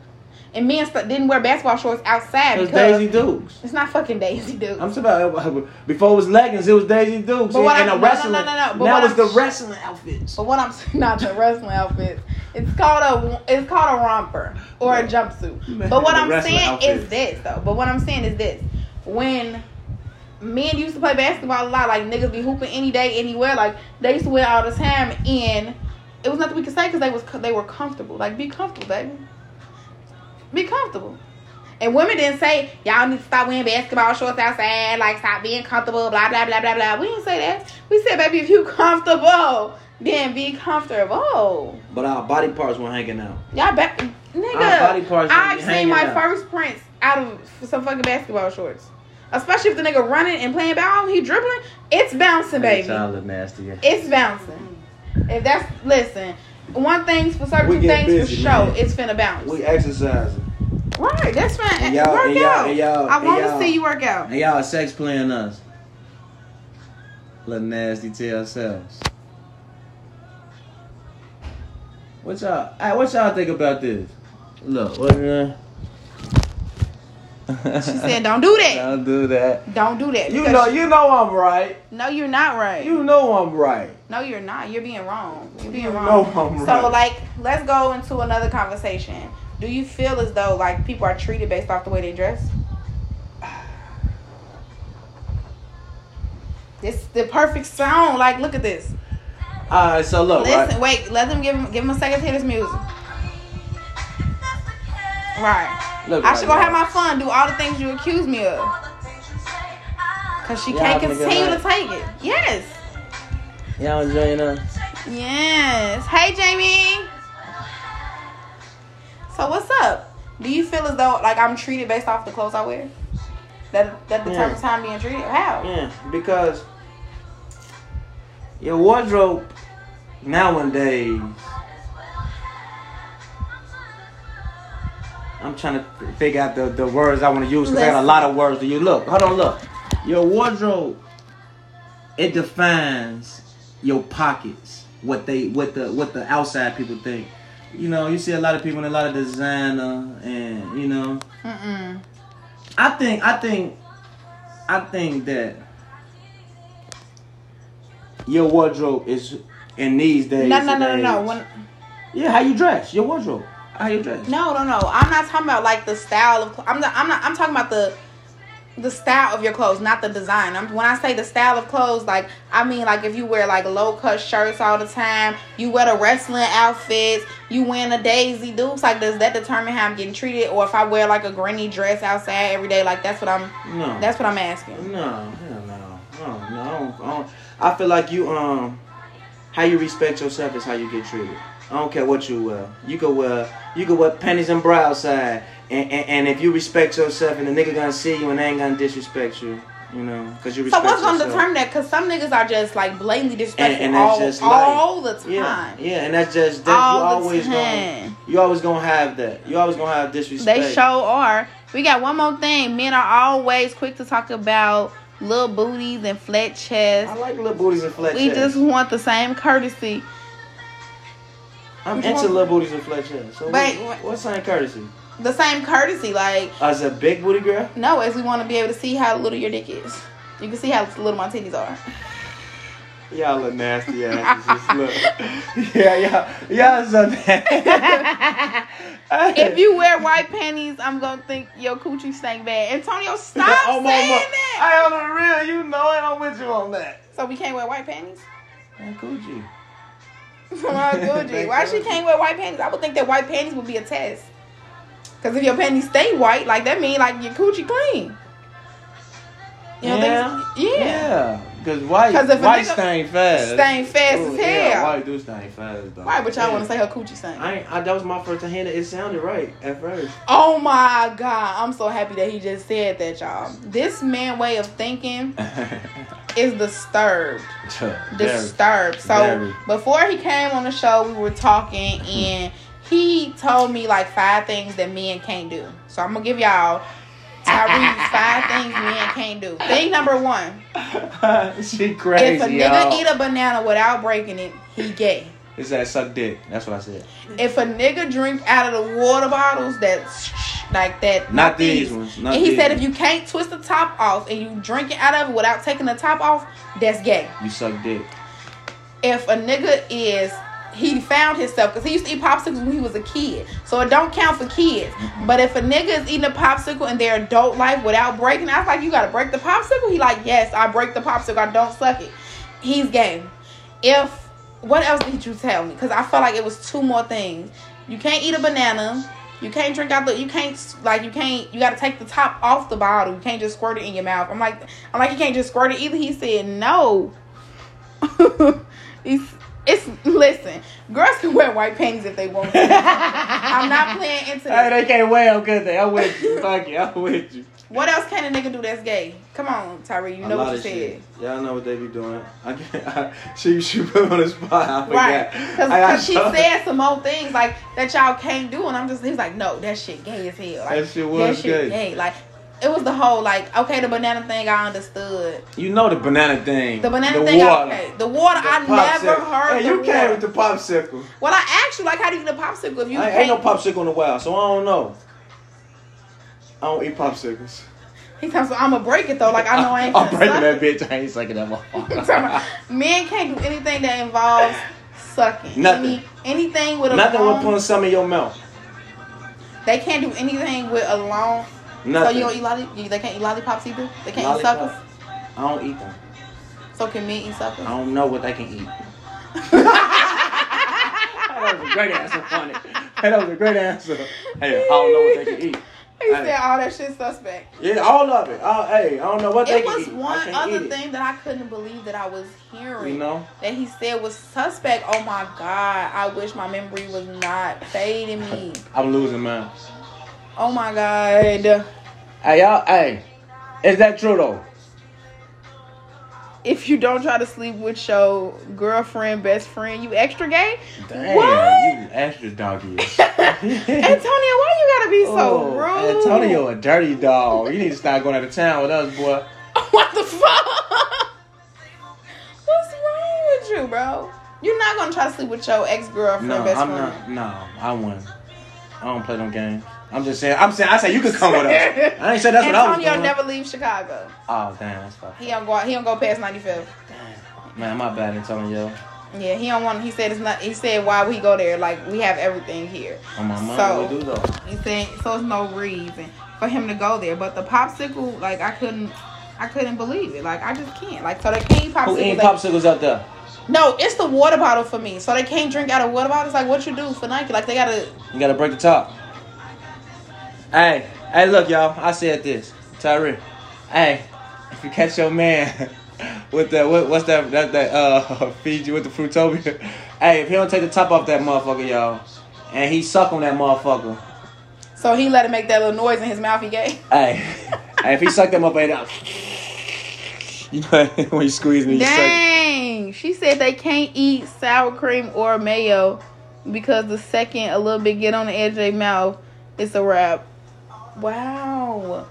A: and men st- didn't wear basketball shorts outside
B: It's
A: because
B: Daisy Dukes.
A: it's not fucking Daisy Duke.
B: I'm talking about before it was leggings, it was Daisy Dukes
A: But what
B: and, and
A: I-
B: the
A: no, no,
B: wrestling.
A: no, no, no. But
B: Now
A: what
B: it's the
A: I'm-
B: wrestling outfits.
A: but what I'm not the wrestling outfits. It's called a it's called a romper or a
B: No.
A: jumpsuit.
B: Man,
A: but what
B: the
A: I'm
B: wrestling
A: saying
B: outfits.
A: is this though. But what I'm saying is this: when men used to play basketball a lot, like niggas be hooping any day, anywhere. Like they used to wear all the time, and it was nothing we could say because they was they were comfortable. Like be comfortable, baby. Be comfortable. And women didn't say y'all need to stop wearing basketball shorts outside, like stop being comfortable, blah blah blah blah blah. We didn't say that. We said, baby, if you comfortable, then be comfortable.
B: But our body parts weren't hanging out.
A: Y'all back, nigga.
B: Our body parts don't
A: I've
B: be
A: seen my
B: hanging out.
A: first prints out of some fucking basketball shorts. Especially if the nigga running and playing ball, he dribbling, it's bouncing, baby.
B: Y'all look nasty.
A: It's bouncing. If that's listen, one thing's for certain
C: We
A: two
C: get
A: things
C: busy,
A: for sure,
C: man.
A: it's finna bounce.
C: We exercising.
A: right, that's fine.
C: And y'all-
A: work
C: and y'all-
A: out.
C: and y'all-
A: I
C: and
A: want to
C: y'all-
A: see you work out.
B: And y'all sex playing us. Look nasty to yourselves. What y'all? Hey, what y'all think about this? Look, what? Uh,
A: She said, "Don't do that.
B: "Don't do that."
A: Don't do that."
C: You
A: Because-
C: know, you know I'm right.
A: no, you're not right.
C: You know I'm right.
A: no, you're not. You're being wrong. You're being
C: You
A: wrong.
C: know I'm
A: so,
C: right.
A: like, let's go into another conversation. Do you feel as though like people are treated based off the way they dress? This is the perfect sound. Like, look at this.
B: All right, so look,
A: Listen,
B: right?
A: wait. Let them give him give him a second to his music. Right.
B: Look,
A: I
B: right,
A: should go
B: y'all.
A: have my fun. Do all the things you accuse me of. Cause she
B: Y'all
A: can't
B: having a good
A: continue to
B: night?
A: take it. Yes.
B: Y'all enjoying us?
A: Yes. Hey, Jamie. So what's up? Do you feel as though like I'm treated based off the clothes I wear? That that determines how I'm being treated. How?
B: Yeah, because your wardrobe nowadays. I'm trying to figure out the, the words I want to use because I got a lot of words to you. Look, hold on, look. Your wardrobe, it defines your pockets, what they, what the, what the outside people think. You know, you see a lot of people in a lot of designer, and you know,
A: Mm-mm.
B: I think I think I think that your wardrobe is in these days.
A: No, no, no, no,
B: and
A: no.
B: age-
A: When,
B: yeah, how you dress? Your wardrobe. How you dress?
A: no, no, no. I'm not talking about like the style of. cl- I'm not. I'm not. I'm talking about the the style of your clothes, not the design. I'm, when I say the style of clothes, like I mean like if you wear like low cut shirts all the time, you wear the wrestling outfits, you wearing a daisy dukes, like does that determine how I'm getting treated? Or if I wear like a granny dress outside every day, like that's what I'm
B: No.
A: that's what I'm asking.
B: no. Hell no. No. No. I, don't, I, don't, I feel like you um, how you respect yourself is how you get treated. I don't care what you wear. You could wear you could wear panties and brow side, and, and and if you respect yourself, and the nigga gonna see you and they ain't gonna disrespect you, you know, cause you
A: So
B: respect
A: what's gonna
B: yourself.
A: determine that? Cause some niggas are just like blatantly disrespectful
B: And- and that's
A: all,
B: just life.
A: all the time.
B: Yeah, yeah, and that's just that
A: All
B: you
A: the
B: always
A: time.
B: gonna you always gonna have that. You always gonna have disrespect.
A: They show are. We got one more thing. Men are always quick to talk about little booties and flat chests.
B: I like little booties and flat
A: We
B: chests.
A: just want the same courtesy.
B: I'm
A: we
B: into
A: want-
B: little booties and flat chests. So
A: Wait,
B: what,
A: what-
B: what's sign courtesy?
A: The same courtesy, like
B: As a big booty girl,
A: no, as we want to be able to see how little your dick is. You can see how little my titties are.
B: y'all look nasty asses. Just look. yeah, y'all, y'all so nasty.
A: if you wear white panties, I'm gonna think your coochie stank bad. Antonio, stop
B: Oh, my-
A: saying
B: my-
A: that.
B: I am the real. You know it. I'm with you on that.
A: So we can't wear white panties.
B: Man, Coochie.
A: Why Gucci? Oh, Why she can't wear white panties? I would think that white panties would be a test. Cause if your panties stay white, like that mean like your coochie clean. You know,
B: Yeah.
A: yeah. yeah.
B: Yeah, because white,
A: 'Cause if a
B: white
A: nigga-
B: stain fast.
A: Stain fast
B: Ooh,
A: as hell.
B: Yeah, white do stain fast though.
A: Why? But y'all
B: Yeah.
A: want to say her coochie stank?
B: I, ain't- I that was my first time hearing it. It sounded right at first.
A: Oh my god, I'm so happy that he just said that, y'all. This man way of thinking is disturbed. Disturbed. So
B: Very.
A: before he came on the show, we were talking and he told me like five things that men can't do. So I'm gonna give y'all Tyrese five things men can't do. Thing number one.
B: she crazy,
A: if a nigga
B: y'all.
A: eat a banana without breaking it, he gay.
B: It's that suck dick. That's what I said.
A: If a nigga drink out of the water bottles that's like that,
B: Not these ones. Not
A: and he
B: these
A: said if
B: ones.
A: you can't twist the top off and you drink it out of it without taking the top off, that's gay.
B: you suck dick.
A: If a nigga is he found himself because he used to eat popsicles when he was a kid, so it don't count for kids. But if a nigga is eating a popsicle in their adult life without breaking, I was like, you gotta break the popsicle. He like, yes, I break the popsicle. I don't suck it. He's gay. If what else did you tell me? Because I felt like it was two more things. You can't eat a banana. You can't drink out the. You can't like. You can't. You got to take the top off the bottle. You can't just squirt it in your mouth. I'm like, I'm like, you can't just squirt it either. He said no. He's. It's listen. Girls can wear white panties if they want. to. I'm not playing into
D: Hey,
A: that.
D: they can't wear them, could they? I'm with you. Fuck you. I'm with you.
A: What else can a nigga do that's gay? Come on, Tyree. You know what you said.
B: Y'all know what they be doing. I can't. I, she she put me on the spot. I forgot.
A: Right, because
B: I- I
A: she
B: saw-
A: said some old things like that y'all can't do, and I'm just he was like, no, that shit gay as hell. Like,
B: That shit was gay.
A: Like it was the whole like okay, the banana thing I understood.
B: You know the banana thing.
A: The banana thing, I, okay. The water
B: The
A: I never
B: popsicle.
A: heard.
B: Hey,
A: the
B: you came
A: water.
B: with the popsicle.
A: Well, I asked you like, how do you get a popsicle if you
B: I ain't,
A: can't?
B: ain't no popsicle in a while, so I don't know. I don't eat popsicles.
A: He tells me I'm gonna break it though. Like I know I ain't.
B: I'm
A: gonna
B: breaking
A: suck it.
B: that bitch. I ain't sucking that
A: He talking about,
B: motherfucker.
A: Men can't do anything that involves sucking.
B: Nothing.
A: Any, anything with a
B: Nothing
A: long,
B: will put some in your mouth.
A: They can't do anything with a long.
B: Nothing.
A: So you don't eat lolli- you- They can't eat lollipops either. They can't eat
B: Lollipop.
A: suckers.
B: I don't eat them.
A: So can men eat suckers?
B: I don't know what they can eat. that was a great answer, funny. Hey, that was a great answer. Hey, I don't know what they can eat.
A: He
B: Hey.
A: said all that shit suspect.
B: Yeah, all of it. I, hey, I don't know what they
A: It
B: can
A: was
B: eat. I
A: one
B: can't
A: other
B: eat it.
A: thing that I couldn't believe that I was hearing
B: You know?
A: that he said was suspect. Oh my god! I wish my memory was not fading me.
B: I'm losing mine.
A: Oh my god!
B: Hey, y'all, hey. Is that true, though?
A: If you don't try to sleep with your girlfriend, best friend, you extra gay.
B: Damn,
A: What?
B: you extra doggy.
A: Antonio, why you gotta be so
B: Oh,
A: rude?
B: Antonio, a dirty dog. You need to start going out of town with us, boy.
A: What the fuck? What's wrong with you, bro? You're not gonna try to sleep with your ex girlfriend,
B: No,
A: best
B: I'm
A: friend.
B: not. No, I won. I don't play no game. I'm just saying. I'm saying. I say you could come with us. I ain't say that's what I was
A: Antonio
B: doing.
A: never leaves Chicago.
B: oh damn, that's fucked.
A: He don't go. He don't go past 95th.
B: Damn. Man, my bad, Antonio.
A: Yeah, he don't want. He said it's not. He said why we go there? Like we have everything here.
B: On my mind,
A: So-
B: we do though.
A: He said so. It's no reason for him to go there. But the popsicle, like I couldn't. I couldn't believe it. Like I just can't. Like so they can't eat popsicles.
B: Who eating
A: They-
B: popsicles out there?
A: no, it's the water bottle for me. So they can't drink out of water bottles. Like what you do for Nike? Like they gotta.
B: You gotta break the top. Hey, hey, look, y'all. I said this, Tyree. Hey, if you catch your man with that, what, what's that? That that uh, feed you with the fruitopia. Hey, if he don't take the top off that motherfucker, y'all, and he suck on that motherfucker.
A: So he let it make that little noise in his mouth. He gave.
B: Hey, hey, if he sucked them up, ain't up. You know when you squeeze me, you suck.
A: Dang. She said they can't eat sour cream or mayo because the second a little bit get on the edge of their mouth, it's a wrap. Wow.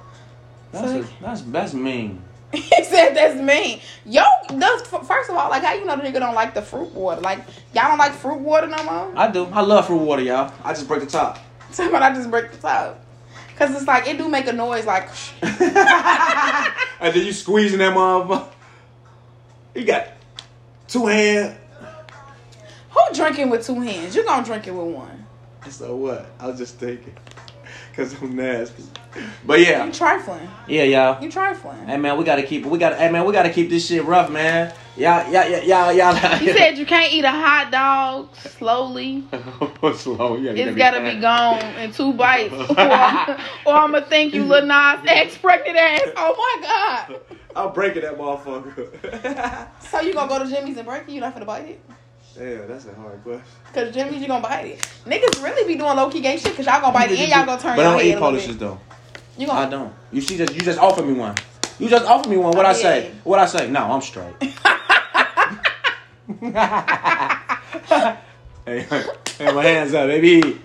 B: That's, a, that's that's mean.
A: he said that's mean. Yo, that's, first of all, like how you know the nigga don't like the fruit water? Like y'all don't like fruit water no more?
B: I do. I love fruit water, y'all. I just break the top.
A: Tell me I just break the top. Cause it's like it do make a noise like
B: And then you squeezing that motherfucker. You got two hand.
A: who drinking with two hands? You gonna drink it with one.
B: So what? I was just thinking. Cause I'm nasty. But yeah.
A: You trifling.
B: Yeah, y'all.
A: You trifling.
B: Hey man, we gotta keep we gotta hey man, we gotta keep this shit rough, man. Y'all y'all y'all y'all y'all
A: You said you can't eat a hot dog slowly.
B: slow. You
A: It's gotta be gone in two bites, or, or I'ma think you Lil Nas X pregnant ass. Oh my god!
B: I'm breaking that motherfucker.
A: So you gonna go to Jimmy's and break it? You not finna bite it?
B: Damn, that's a hard question.
A: Cause Jimmy's you gonna bite it. Niggas really be doing low key gay shit. Cause y'all gonna bite it and y'all gonna turn.
B: But
A: your
B: I don't
A: head
B: eat
A: a little
B: polishes
A: bit.
B: though.
A: You
B: I
A: gonna?
B: don't. You see, just you just offer me one. You just offer me one. What I,
A: did.
B: say? What I say? No, I'm straight. hey, hey, my hands up, baby.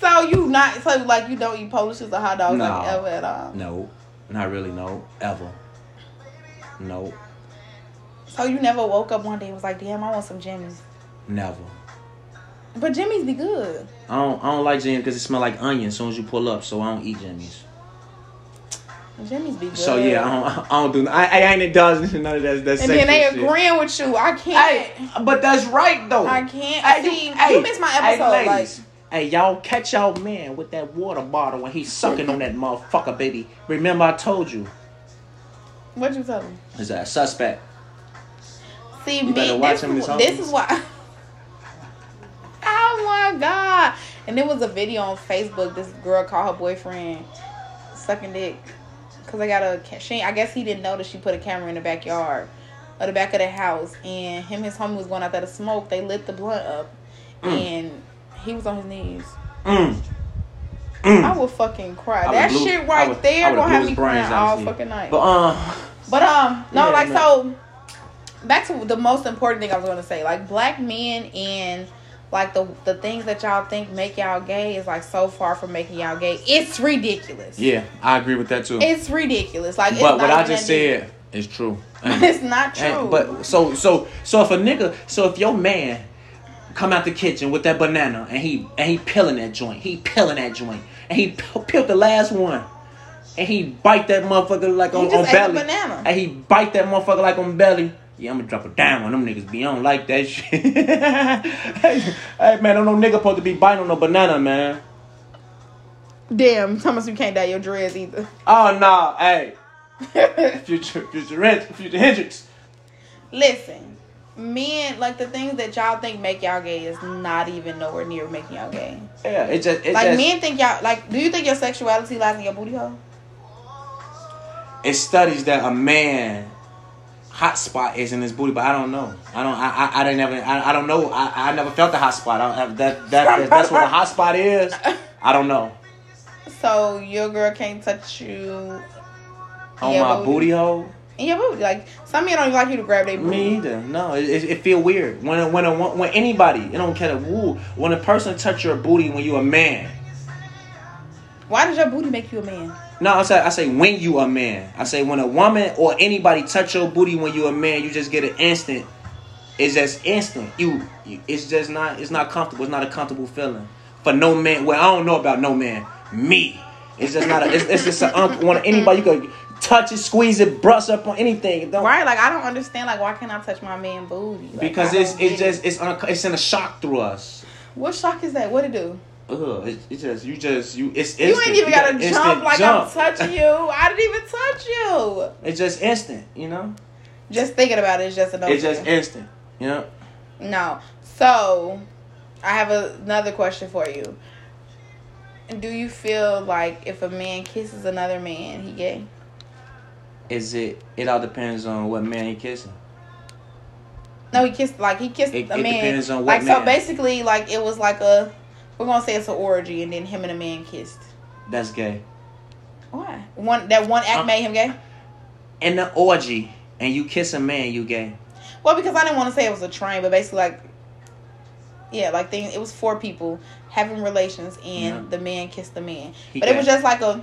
A: So you not? So like you don't eat polishes or hot dogs
B: No.
A: like ever at all?
B: No, not really. No, ever. No,
A: So you never woke up one day and was like, damn, I want some Jimmy's.
B: never.
A: But Jimmy's be good.
B: I don't. I don't like Jimmy because it smell like onion as soon as you pull up. So I don't eat Jimmy's.
A: Jimmy's be good.
B: So yeah, I don't. I don't do. I, I ain't indulging in none of that. That
A: and then
B: sexual
A: they
B: shit.
A: agreeing with you. I can't.
B: Hey, but that's right though.
A: I can't.
B: Hey,
A: see, you, missed my episode.
B: Hey,
A: like,
B: ladies. Hey, y'all catch y'all man with that water bottle when he's sucking on that motherfucker, baby. Remember I told you.
A: what you tell him?
B: Is that a suspect?
A: see,
E: You better
A: men,
E: watch
A: this,
E: him, Miss Holmes.
A: this is why. oh my god! And there was a video on Facebook. This girl called her boyfriend sucking dick because I got a. ca- She, I guess he didn't notice she put a camera in the backyard or the back of the house, and him and his homie was going out there to smoke. They lit the blunt up, and he was on his knees.
B: Mm.
A: I would fucking cry.
B: I
A: that
B: would lose-
A: shit
B: I
A: right
B: would- I
A: there
B: would
A: gonna have
B: lose
A: me
B: brains
A: crying
B: out
A: all
B: here.
A: fucking night.
B: But um,
A: But um, no,
B: Yeah,
A: like
B: no.
A: so. Back to the most important thing I was gonna say, like black men and like the the things that y'all think make y'all gay is like so far from making y'all gay. It's ridiculous.
B: yeah, I agree with that too.
A: It's ridiculous. Like, it's
B: but
A: not
B: what I
A: even
B: just
A: that deep.
B: said is true.
A: it's not true.
B: And- but so so so if a nigga so if your man come out the kitchen with that banana and he and he peeling that joint, he peeling that joint, and he pe- peeled the last one, and he bite that motherfucker like on,
A: just
B: on
A: ate the
B: belly,
A: banana.
B: and he bite that motherfucker like on belly. Yeah, I'm gonna drop a dime on them niggas. Be on like that shit. hey, hey, man, don't no nigga supposed to be biting on no banana, man.
A: damn, Thomas, you can't dye your dreads either.
B: Oh no, hey, future future Ren- future Hendrix.
A: Listen, men like the things that y'all think make y'all gay is not even nowhere near making y'all gay.
B: Yeah, it just it
A: Like
B: just,
A: men think y'all like. Do you think your sexuality lies in your booty hole?
B: it studies that a man hot spot is in his booty, but I don't know. I don't. I. I, I didn't ever. I, I don't know. I, I never felt the hot spot. I don't have that. That. that that's what a hot spot is. I don't know.
A: So your girl can't touch you
B: On
A: Yeah,
B: my
A: but-
B: booty hole.
A: in your booty. Like some men don't even like you to grab their booty.
B: Me either. No, it, it, it feel weird when a- when a, when anybody. It don't care. Woo. When a person touch your booty when you a man.
A: Why does your booty make you a man?
B: No, I say I say when you a man. I say when a woman or anybody touch your booty when you a man, you just get an instant. It's just instant. You, you it's just not it's not comfortable. It's not a comfortable feeling for no man. Well, I don't know about no man. Me, it's just not. A, it's, it's just an um, when anybody you could touch it, squeeze it, brush up on anything. It don't,
A: Right? Like I don't understand. Like why can't I touch my man booty? Like,
B: Because
A: I don't
B: it's it's
A: get it.
B: just it's un, it's in a shock through us.
A: what shock is that? What it do?
B: Ugh, it, it just you just you it's
A: You
B: instant.
A: ain't even
B: got
A: gotta
B: instant
A: jump like
B: jump.
A: I'm touching you. I didn't even touch you.
B: It's just instant, you know.
A: Just thinking about it is just enough.
B: It's just instant, you know.
A: no. So I have a- another question for you. Do you feel like if a man kisses another man, he gay?
B: is it it all depends on what man he kissing.
A: No, he kissed like he kissed
B: It-
A: a
B: it
A: man.
B: depends on
A: like
B: what
A: so
B: man.
A: basically like it was like a we're gonna say it's an orgy and then him and a man kissed.
B: That's gay.
A: Why? One that one act
B: Uh.
A: made him gay?
B: In the orgy and you kiss a man, you gay.
A: Well, because I didn't want to say it was a train, but basically like yeah, like thing it was four people having relations and
B: Yeah.
A: the man kissed the man.
B: He
A: but
B: gay.
A: it was just like a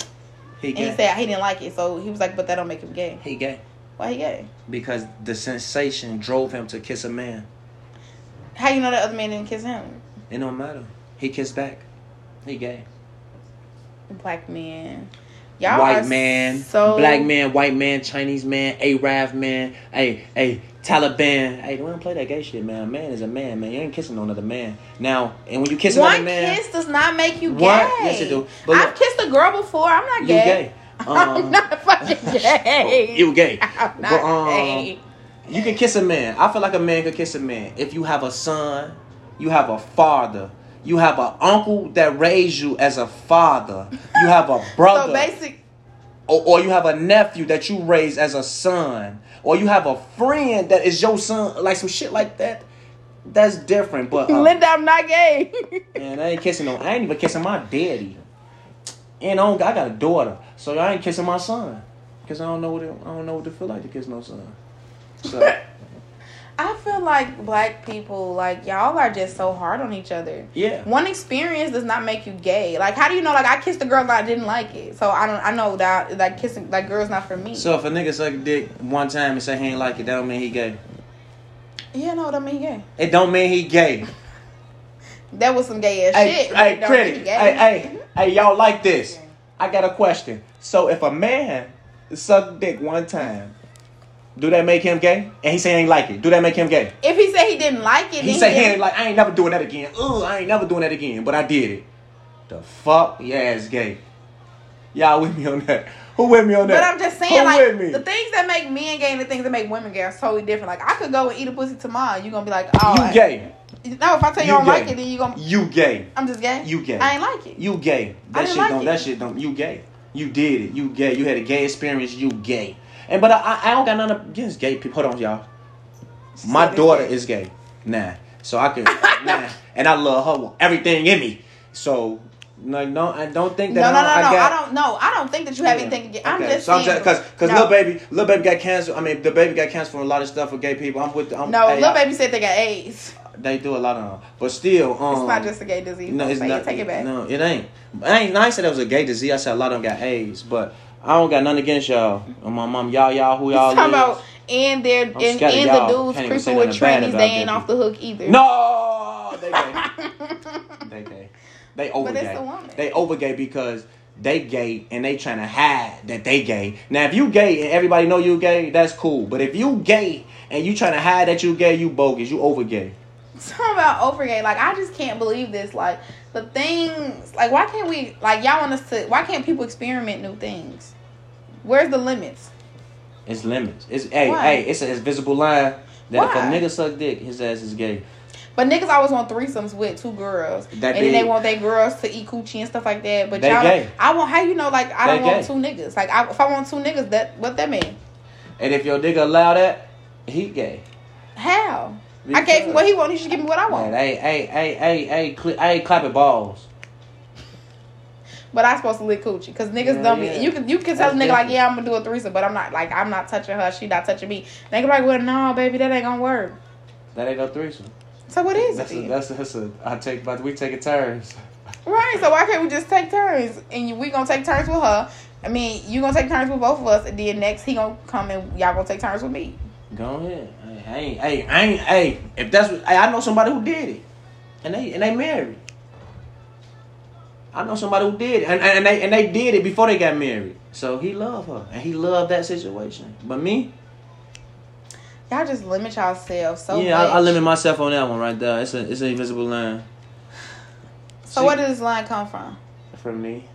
B: he
A: and he
B: gay.
A: said he didn't like it, so he was like, But that don't make him gay.
B: he gay
A: Why he gay?
B: because the sensation drove him to kiss a man.
A: How you know that other man didn't kiss him?
B: It don't matter. He kissed back. He gay.
A: Black man. Y'all are
B: white man,
A: so
B: black man, white man, Chinese man, Arab man, hey, hey, Taliban. Hey, don't play that gay shit, man. A man is a man, man. You ain't kissing no another man. Now, and when you kiss
A: One
B: another man,
A: kiss does not make you gay.
B: What? Yes, it do. But
A: I've
B: look-
A: kissed a girl before. I'm not
B: you
A: gay.
B: gay. Um,
A: I'm not fucking gay.
B: you gay.
A: I'm not
B: But, um,
A: gay.
B: You can kiss a man. I feel like a man could kiss a man. If you have a son, you have a father, you have an uncle that raised you as a father, you have a brother,
A: So basic.
B: or, or you have a nephew that you raised as a son, or you have a friend that is your son, like some shit like that. That's different, but uh,
A: Linda, I'm not gay.
B: man, I ain't kissing no. I ain't even kissing my daddy, and I, don't, I got a daughter, so I ain't kissing my son, cause I don't know what it, I don't know what to feel like to kiss no son. So.
A: I feel like black people, like y'all, are just so hard on each other.
B: Yeah.
A: One experience does not make you gay. Like, how do you know? Like, I kissed a girl and I didn't like it, so I don't. I know that like kissing like girls not for me.
B: So if a nigga suck a dick one time and say he ain't like it, that don't mean he gay.
A: yeah, no, that mean gay.
B: It don't mean he gay.
A: That was some gay ass
B: Hey,
A: shit.
B: hey,
A: That don't mean
B: critic.
A: gay.
B: Hey, hey, hey, y'all like this? I got a question. So if a man suck dick one time, do that make him gay? And he say he ain't like it. Do that make him gay?
A: If he said he didn't like it,
B: He
A: then
B: say he
A: didn't-
B: ain't like I ain't never doing that again. Ugh, I ain't never doing that again. But I did it. The fuck? Yeah, it's gay. Y'all with me on that? Who with me on that?
A: But I'm just saying,
B: Who
A: like,
B: with me?
A: the things that make men gay and the things that make women gay are totally different. Like, I could go and eat a pussy tomorrow. You're going to be like, oh.
B: you gay.
A: No, if I tell you,
B: You
A: I don't
B: gay.
A: like it, then you're going to.
B: You gay.
A: I'm just gay.
B: You gay.
A: I ain't like it.
B: You gay.
A: I
B: That
A: didn't
B: shit
A: like
B: don't.
A: it.
B: That shit don't. You gay. You did it. You gay. You had a gay experience. You gay. And but I- I, I don't got nothing against gay people. Hold on, y'all. My
A: said
B: daughter
A: it's
B: is gay. Nah. So I could. nah. And I love her with everything in me. So like no, I don't think
A: No,
B: that.
A: no, no, no.
B: I,
A: I,
B: got,
A: don't know. I don't think that you have anything against. I'm just saying.
B: because because
A: no.
B: little baby little baby got canceled. I mean the baby got canceled for a lot of stuff for gay people. I'm with the, I'm,
A: No,
B: hey,
A: little
B: I-
A: baby said they got AIDS.
B: They do a lot of them, but still um.
A: It's not just a gay disease.
B: No, it's
A: Say it.
B: not.
A: Take it back.
B: No, it ain't. I ain't. I ain't said it was a gay disease. I said a lot of them got AIDS, but I don't got nothing against y'all. And my mom, y'all, y'all, who y'all
A: Talking
B: is.
A: about and they're and, and
B: scared of y'all.
A: the
B: Can't even
A: dudes
B: say
A: creeping with
B: nothing bad
A: trannies,
B: about
A: they ain't
B: them.
A: off the hook either.
B: no, they gay. they gay. They over
A: But it's
B: gay.
A: a woman.
B: They over gay because they gay and they trying to hide that they gay. Now, if you gay and everybody know you gay, that's cool. But if you gay and you trying to hide that you gay, you bogus. You over gay.
A: Talking about overgay, like I just can't believe this. Like the things, like why can't we? Like y'all want us to? Why can't people experiment new things? Where's the limits?
B: It's limits. It's hey
A: Why?
B: hey. It's an invisible line that if a
A: Why?
B: nigga suck dick, his ass is gay.
A: But niggas always want threesomes with two girls,
B: That
A: and then
B: they-
A: they want their girls to eat coochie and stuff like that. But
B: They
A: y'all,
B: gay.
A: I want how you know? Like I
B: They
A: don't want
B: gay.
A: two niggas. Like I, if I want two niggas, that what that mean?
B: And if your nigga allow that, he gay.
A: How? I gave him what he wanted. He should give me what I want.
B: Man, hey, hey, hey, hey, hey, cl- hey, clapping balls.
A: But I supposed to lick coochie because niggas
B: Yeah,
A: don't
B: yeah.
A: be. You can you can tell a
B: That's
A: nigga like
B: different.
A: yeah I'm gonna do a threesome, but I'm not like I'm not touching her. She not touching me. They can be like well no baby that ain't gonna work.
B: That ain't no threesome.
A: So what is
B: That's
A: it?
B: a,
A: then?
B: that's a, that's a. I take, but we taking turns.
A: Right. So why can't we just take turns and you, we gonna take turns with her? I mean you gonna take turns with both of us, and then next he gonna come and y'all gonna take turns with me.
B: Go ahead. Hey, ain't, hey, I ain't, hey. If that's, what, hey, I know somebody who did it, and they and they married. I know somebody who did it, and, and they and they did it before they got married. So he loved her, and he loved that situation. But me,
A: Y'all just limit yourself so
B: yeah,
A: much.
B: I, I limit myself on that one right there. It's a, it's an invisible line.
A: So where did this line come from?
B: from me?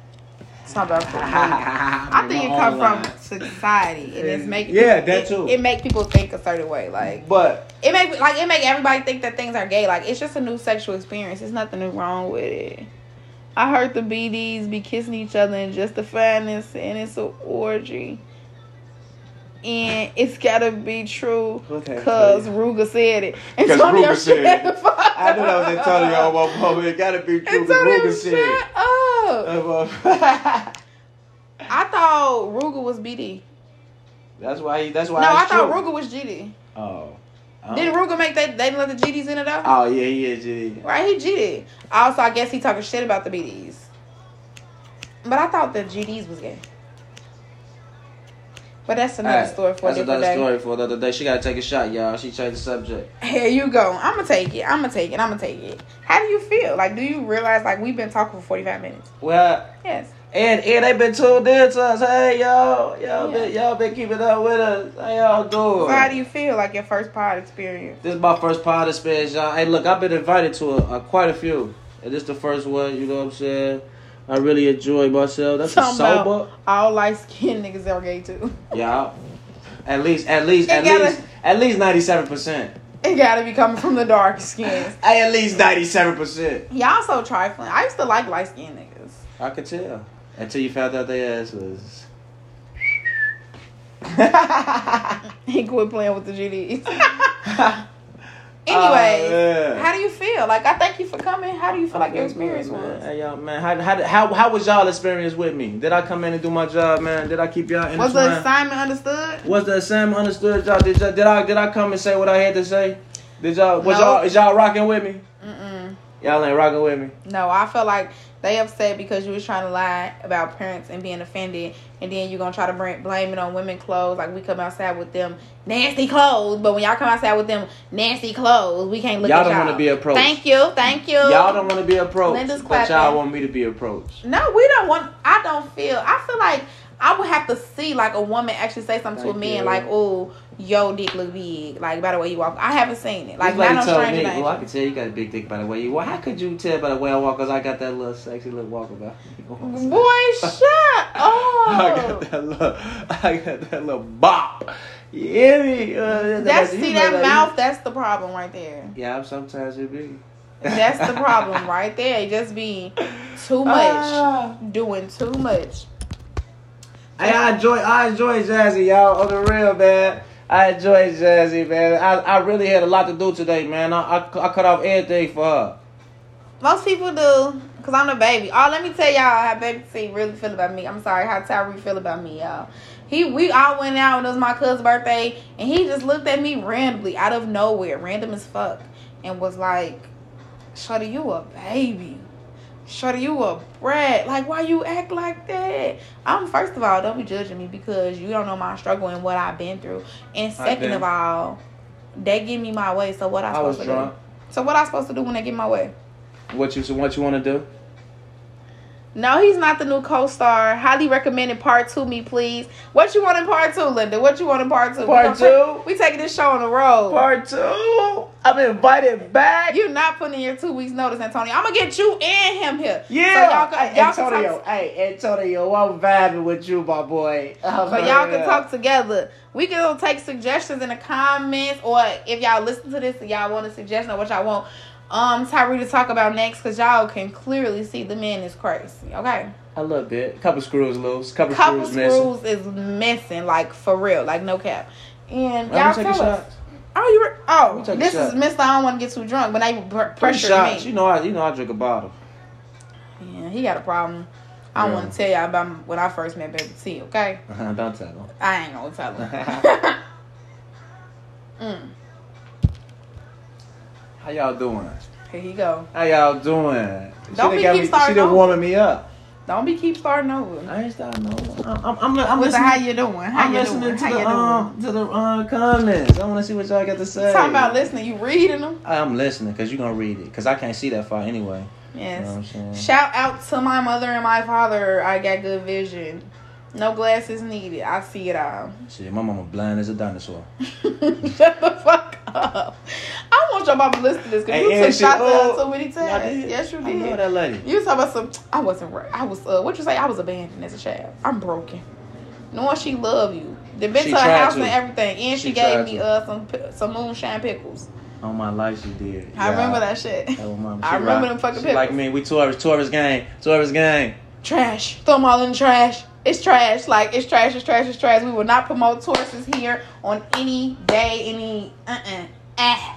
A: It's not about. I
B: I
A: think it come from society, and it's making
B: Yeah, that
A: it-
B: too.
A: It, make people think a certain way, like.
B: But
A: It make like it make everybody think that things are gay. Like it's just a new sexual experience. It's nothing wrong with it. I heard the BDs be kissing each other and justifying this, and it's an orgy. And it's gotta be true
B: Okay,
A: because Ruger said it.
B: 'Cause
A: Antonio,
B: Ruger said it.
A: shut the fuck
B: I knew that was
A: up.
B: Antonio Momo. It gotta be true. The
A: Antonio,
B: Ruger
A: shut
B: shit.
A: up.
B: Uh,
A: I thought Ruger was BD.
B: That's why. He, that's why.
A: No, I
B: it's
A: thought
B: true.
A: Ruger was GD.
B: Oh. I
A: Did
B: don't-
A: Ruger make that? They didn't let the GDs in it though.
B: Oh yeah, he is. Yeah.
A: Right, he cheated. Also, I guess he talking shit about the BDs. But I thought the GDs was gay. But that's another
B: Alright,
A: story for a
B: That's
A: different day.
B: another story for another day. She gotta take a shot, y'all. She changed the subject.
A: Here you go. I'm gonna take it. I'm gonna take it. I'm gonna take it. How do you feel? Like, do you realize like we've been talking for 45 minutes?
B: Well,
A: Yes.
B: and and they been tuned in to us. Hey, y'all, y'all been y'all been keeping up with us. How y'all doing?
A: So how do you feel like your first pod experience?
B: This is my first pod experience, y'all. Hey, look, I've been invited to a, a, quite a few. And this the first one, you know what I'm saying? I really enjoy myself. That's a
A: Something about-
B: sober.
A: All light skinned niggas are gay too.
B: Yeah. At least, at least,
A: They
B: at
A: gotta-
B: least, at least 97%.
A: It gotta be coming from the dark skins.
B: Hey, at least 97%.
A: Y'all so trifling. I used to like light skinned niggas.
B: I could tell. Until you found out their ass was.
A: He quit playing with the GDs.
B: Oh,
A: Anyways,
B: man.
A: how do you feel? Like, I thank you for coming. How do you feel like your
B: I'm good,
A: experience
B: man.
A: was?
B: Hey, y'all, man. How, how, how, how was y'all experience with me? Did I come in and do my job, man? Did I keep y'all in
A: Was the assignment understood?
B: Was the Sam understood y'all? Did, y'all? did I did I come and say what I had to say? Did y'all was
A: No.
B: y'all is y'all rocking with me?
A: Mm-mm.
B: Y'all ain't rocking with me.
A: No, I felt like they upset because you was trying to lie about parents and being offended, and then you're gonna try to bring, blame it on women clothes. Like we come outside with them nasty clothes, but when y'all come outside with them nasty clothes, we can't look
B: Y'all
A: at
B: don't
A: y'all.
B: wanna be approached.
A: Thank you, thank you.
B: Y'all don't want to be approached,
A: Linda's
B: but y'all
A: clapping.
B: want me to be approached.
A: No, we don't want. I don't feel. I feel like I would have to see like a woman actually say something to a
B: Thank
A: man,
B: you.
A: like, "Oh, yo dick look big. Like by the way you walk. I haven't seen it. Like
B: This lady
A: not no
B: told
A: stranger.
B: me,
A: danger.
B: Well, I can tell you got a big dick by the way you walk. How could you tell by the way I walk? Cause I got that little sexy little walk about. me.
A: Boy, shut
B: I got
A: up.
B: that little, I got that little bop. You hear me? Uh,
A: That's
B: you
A: see
B: know
A: that
B: you-
A: mouth. That's the problem right there.
B: Yeah, I'm sometimes it be.
A: That's the problem right there. Just being too much,
B: Ah.
A: doing too much.
B: Hey, I enjoy I enjoy Jazzy, y'all. On the real, man. I enjoy Jazzy, man. I, I really had a lot to do today, man. I, I, I cut off everything for her.
A: Most people do, cause I'm the baby. Oh, let me tell y'all how baby T really feel about me. I'm sorry, how Tyree feel about me, y'all. He we all went out and it was my cousin's birthday, and he just looked at me randomly out of nowhere, random as fuck, and was like, "Shorty, you a baby." Shorty, you a brat. Like, why you act like that? I'm first of all, don't be judging me because you don't know my struggle and what I've been through. And second
B: been.
A: of all, they give me my way. So what I
B: I,
A: supposed
B: was
A: to
B: drunk.
A: do? So what I supposed to do when they get my way?
B: What you so what you want to do?
A: No, he's not the new co-star. Highly recommended part two, me please. What you want in part two, Linda? What you want in part two? We gonna-
B: Part two?
A: We taking this show on the road.
B: Part two. I'm invited back.
A: You're not putting in your two weeks notice, Antonio. I'm gonna get you and him here.
B: yeah.
A: So y'all,
B: Hey,
A: can, y'all can
B: Antonio.
A: talk.
B: Hey, Antonio. I'm vibing with you, my boy. Oh,
A: So y'all can talk together. We can all take suggestions in the comments, or if y'all listen to this and y'all want a suggestion of what y'all want, um, Tyree to talk about next, because y'all can clearly see the man is crazy. Okay.
B: A little bit. Couple screws loose. Couple,
A: couple
B: screws missing.
A: screws is missing, like for real, like no cap. And
B: Let
A: y'all
B: me take a
A: tell us.
B: shot.
A: Oh, you were, oh,
B: me take a
A: this
B: shot.
A: is Mister. I don't want to get too drunk, but now you pr-
B: Three
A: pressuring
B: shots.
A: me.
B: You know I you know I drink a bottle.
A: Yeah, he got a problem. I don't
B: Yeah.
A: want to tell y'all about m- when I first met Baby T. Okay,
B: Don't tell him.
A: I ain't gonna tell him. mm,
B: How y'all doing?
A: here you go.
B: How y'all doing?
A: Don't
B: she done
A: be
B: got
A: keep
B: me,
A: starting
B: She done
A: over.
B: warming me up.
A: Don't be keep starting over.
B: I ain't starting over. I'm, I'm, I'm, li- I'm
A: What's the
B: listening.
A: how you doing? How
B: I'm
A: you
B: listening
A: doing?
B: to
A: How you
B: the
A: doing?
B: um to the uh, comments. I want to see what y'all got to say.
A: Talking about listening, you reading them?
B: I'm listening because you're gonna read it because I can't see that far anyway. You
A: Yes.
B: know what I'm saying?
A: Shout out to my mother and my father. I got good vision. No glasses needed. I see it all.
B: Shit, my mama blind as a dinosaur.
A: Shut the fuck up. I want your mama to listen to this because
B: Hey,
A: you
B: and
A: took
B: she-
A: shots at
B: oh,
A: her too many
B: I
A: times.
B: did.
A: Yes, you
B: I know
A: did.
B: that lady.
A: You was talking about some. I wasn't. right. I was. Uh, what you say? I was abandoned as a child. I'm broken. Knowing she love you. The bitch
B: She
A: her
B: tried
A: house
B: to.
A: and everything, and she,
B: She
A: gave
B: tried
A: me
B: to.
A: uh some pi- some moonshine pickles.
B: On my life, she did.
A: I
B: Yeah.
A: remember that shit.
B: That was mama.
A: I
B: She
A: remember
B: rock-
A: them fucking
B: she Like
A: pickles.
B: me, we Taurus, Taurus gang, Taurus gang.
A: trash. Throw them all in the trash. It's trash. Like it's trash. It's trash. It's trash. We will not promote Tauruses here on any day. Any uh uh ah.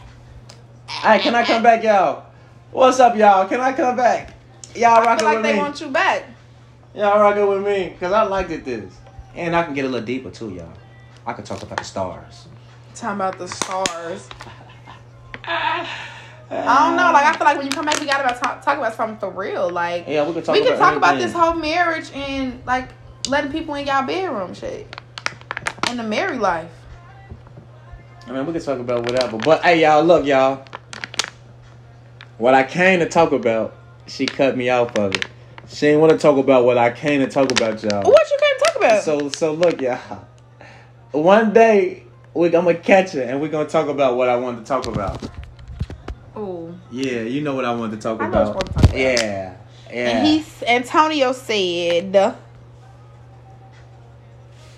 B: Hey, can I come back, y'all? What's up, y'all? Can I come back? Y'all
A: I
B: rocking
A: feel like
B: with
A: they
B: me.
A: want you back.
B: Y'all rocking with me because I liked it this, and I can get a little deeper too, y'all. I can talk about the stars.
A: Talking about the stars. I don't know. Like I feel like when you come back, we gotta about talk, talk about something for real. Like
B: Yeah, we can talk.
A: we can
B: about
A: talk about
B: anything.
A: this whole marriage and like letting people in y'all bedroom shit and the married life.
B: I mean, we can talk about whatever. But hey, y'all, look, y'all. What I came to talk about, she cut me off of it. She didn't want to talk about what I came to talk about, y'all.
A: What you came to talk about?
B: So, so look, y'all. One day we, I'm gonna catch her, and we're gonna talk about what I wanted to talk about.
A: Ooh.
B: Yeah, you know what I wanted to talk
A: I know what
B: about.
A: you wanted to talk about.
B: Yeah, yeah.
A: And he's Antonio said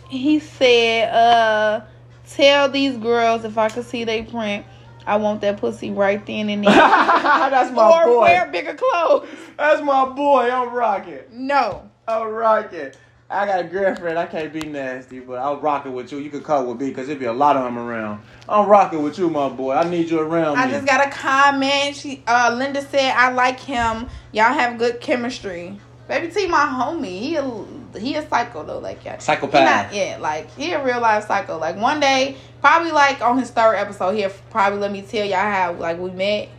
A: he said, uh, tell these girls if I could see they print, I want that pussy right then and there.
B: That's my
A: or
B: boy.
A: wear bigger clothes.
B: That's my boy. I'm rocking.
A: No.
B: I'm rocking. I got a girlfriend. I can't be nasty, but I'm rocking with you. You can cut with me because it be a lot of them around. I'm rocking with you, my boy. I need you around
A: I
B: me.
A: just got a comment. She uh Linda said I like him. Y'all have good chemistry. Baby T my homie. He a, he a psycho though, like yeah. He
B: Psychopath.
A: not yeah, like he a real life psycho. Like one day, probably like on his third episode, he'll probably let me tell y'all how like we met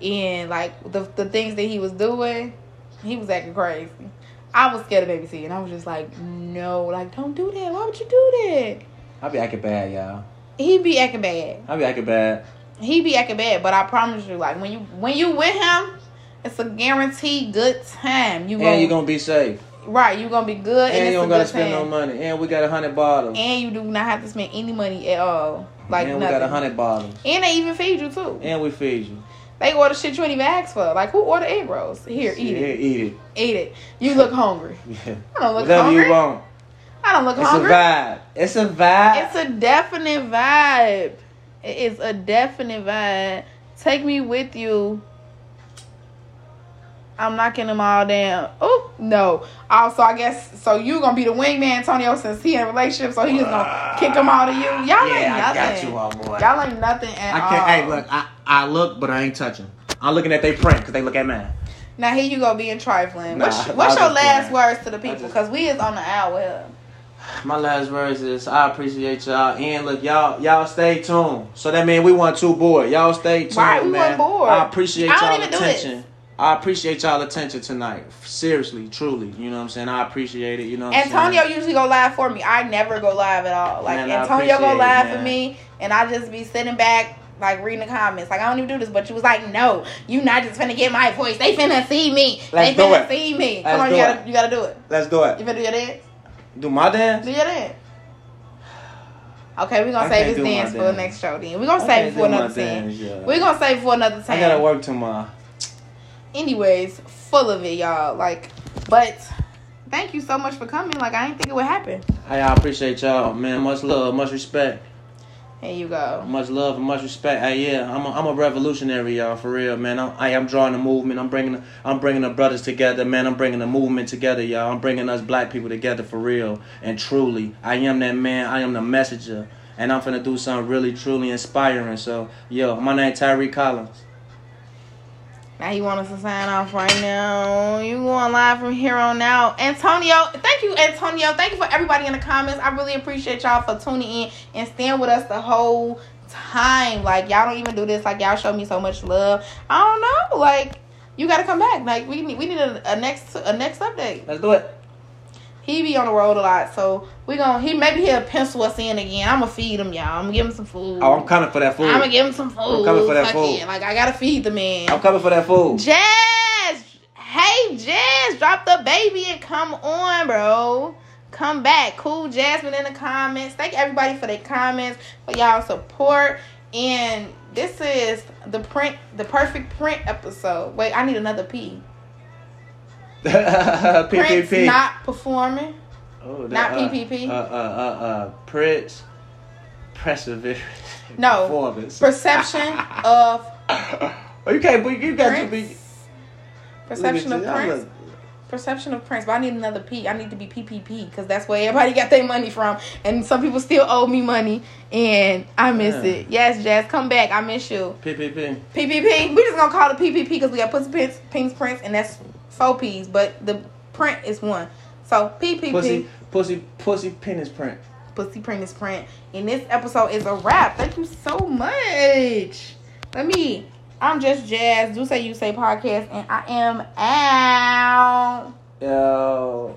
A: and like the the things that he was doing. He was acting crazy. I was scared of baby T and I was just like, no, like don't do that. Why would you do that?
B: I be acting bad, y'all.
A: He be acting bad
B: I be acting bad.
A: he be acting bad, but I promise you, like when you when you with him, it's a guaranteed good time. You
B: And
A: going
B: you gonna be safe.
A: right, you gonna be good, and,
B: And
A: it's
B: you
A: a
B: don't gotta
A: good
B: spend no
A: time.
B: money. And we got a hundred bottles.
A: and you do not have to spend any money at all. Like
B: and we
A: nothing.
B: got a hundred bottles.
A: And they even feed you too.
B: And we feed you.
A: They order shit you ain't even asked for. Like who order egg rolls? Here, eat
B: yeah,
A: it.
B: Eat it.
A: Eat it. You look hungry.
B: Yeah.
A: I don't look
B: Whatever
A: hungry.
B: you want.
A: I don't look
B: It's
A: hungry.
B: a vibe. It's a vibe.
A: It's a definite vibe. It is a definite vibe. Take me with you. I'm knocking them all down. Oh no! Also, I guess so. You gonna be the wingman, Antonio, since he in a relationship, so he just gonna kick them all to you. Y'all ain't
B: yeah, I
A: nothing.
B: got you, all boy.
A: Y'all ain't nothing at
B: I
A: all.
B: can't. Hey, look, I, I look, but I ain't touching. I'm looking at they print because they look at mine.
A: Now here you go being trifling.
B: Nah,
A: what's
B: I-
A: what's
B: I
A: your
B: just
A: last
B: playing.
A: words to the
B: I
A: people?
B: just-
A: Because we is on the hour.
B: My last words is I appreciate y'all, and look, y'all, y'all stay tuned. So that means we want two board. Y'all stay tuned,
A: Why we want
B: man.
A: bored?
B: I appreciate
A: I don't
B: y'all
A: even do this.
B: attention. I appreciate y'all attention tonight. Seriously, truly, you know what I'm saying. I appreciate it. You know, what I'm
A: Antonio
B: saying?
A: usually go live for me. I never go live at all. Like
B: Man, I
A: Antonio go
B: appreciate it,
A: live for
B: man.
A: me, and I just be sitting back. Like reading the comments, like I don't even do this, but you was like, "No, you not just finna get my voice. They finna see me. they
B: Let's do
A: finna
B: it.
A: see me.
B: Let's
A: Come on,
B: do
A: you gotta,
B: it.
A: you gotta do it.
B: Let's do
A: You
B: it.
A: finna do your dance.
B: Do my dance.
A: Do your dance. Okay, we gonna
B: I
A: save
B: can't
A: this
B: do my
A: dance for the
B: dance.
A: next show. Then we gonna
B: I
A: save
B: can't
A: it for
B: do my
A: another time.
B: dance, yeah.
A: we gonna save it for another time.
B: I gotta work tomorrow.
A: anyways, full of it, y'all. Like, but thank you so much for coming. Like, I didn't think it would happen.
B: Hey, I appreciate y'all, man. Much love, much respect.
A: Here you go.
B: Much love and much respect. Hey, yeah, I'm a, I'm a revolutionary, y'all, for real, man. I'm, I, I'm drawing a movement. I'm bringing I'm bringing the brothers together, man. I'm bringing the movement together, y'all. I'm bringing us black people together for real and truly. I am that man. I am the messenger, and I'm finna do something really, truly inspiring. So, yo, my name Tyree Collins.
A: Now he want us to sign off right now. You going live from here on out. Antonio, thank you, Antonio. Thank you for everybody in the comments. I really appreciate y'all for tuning in and staying with us the whole time. Like y'all don't even do this. Like y'all show me so much love. I don't know. Like you gotta come back. Like we need we need a, a next a next update.
B: Let's do it.
A: He be on the road a lot, so we gon' he maybe he'll pencil us in again. I'ma feed him, y'all. I'ma give him some food.
B: Oh, I'm coming for that food.
A: I'ma give him some food.
B: I'm coming for
A: Fuck
B: that food.
A: yeah, Like I gotta feed the man.
B: I'm coming for that food.
A: Jazz, hey Jazz, drop the baby and come on, bro. Come back, cool Jasmine in the comments. Thank everybody for their comments, for y'all support. And this is the print, the perfect print episode. Wait, I need another P. Prince
B: PPP.
A: not performing.
B: Oh, that,
A: not
B: uh,
A: PPP.
B: Uh, uh, uh, uh, Prince. Perseverance.
A: No.
B: Performance.
A: Perception of
B: Oh, you can't. But you got to be.
A: Prince. Perception
B: Look
A: of
B: at you.
A: Prince. Perception of Prince. But I need another P. I need to be PPP because that's where everybody got their money from. And some people still owe me money. And I miss
B: Yeah.
A: it. Yes, Jazz, come back. I miss you.
B: I look- PPP.
A: PPP. We're just going to call it PPP because we got Pussy Prince, Pink's Prince, and that's four P's. But the print is one. So PPP.
B: Pussy. Pussy. Pussy. Penis print.
A: Pussy Print is Print. And this episode is a wrap. Thank you so much. Let me. I'm just Jazz. Do say you say podcast, and I am out.
B: Yo.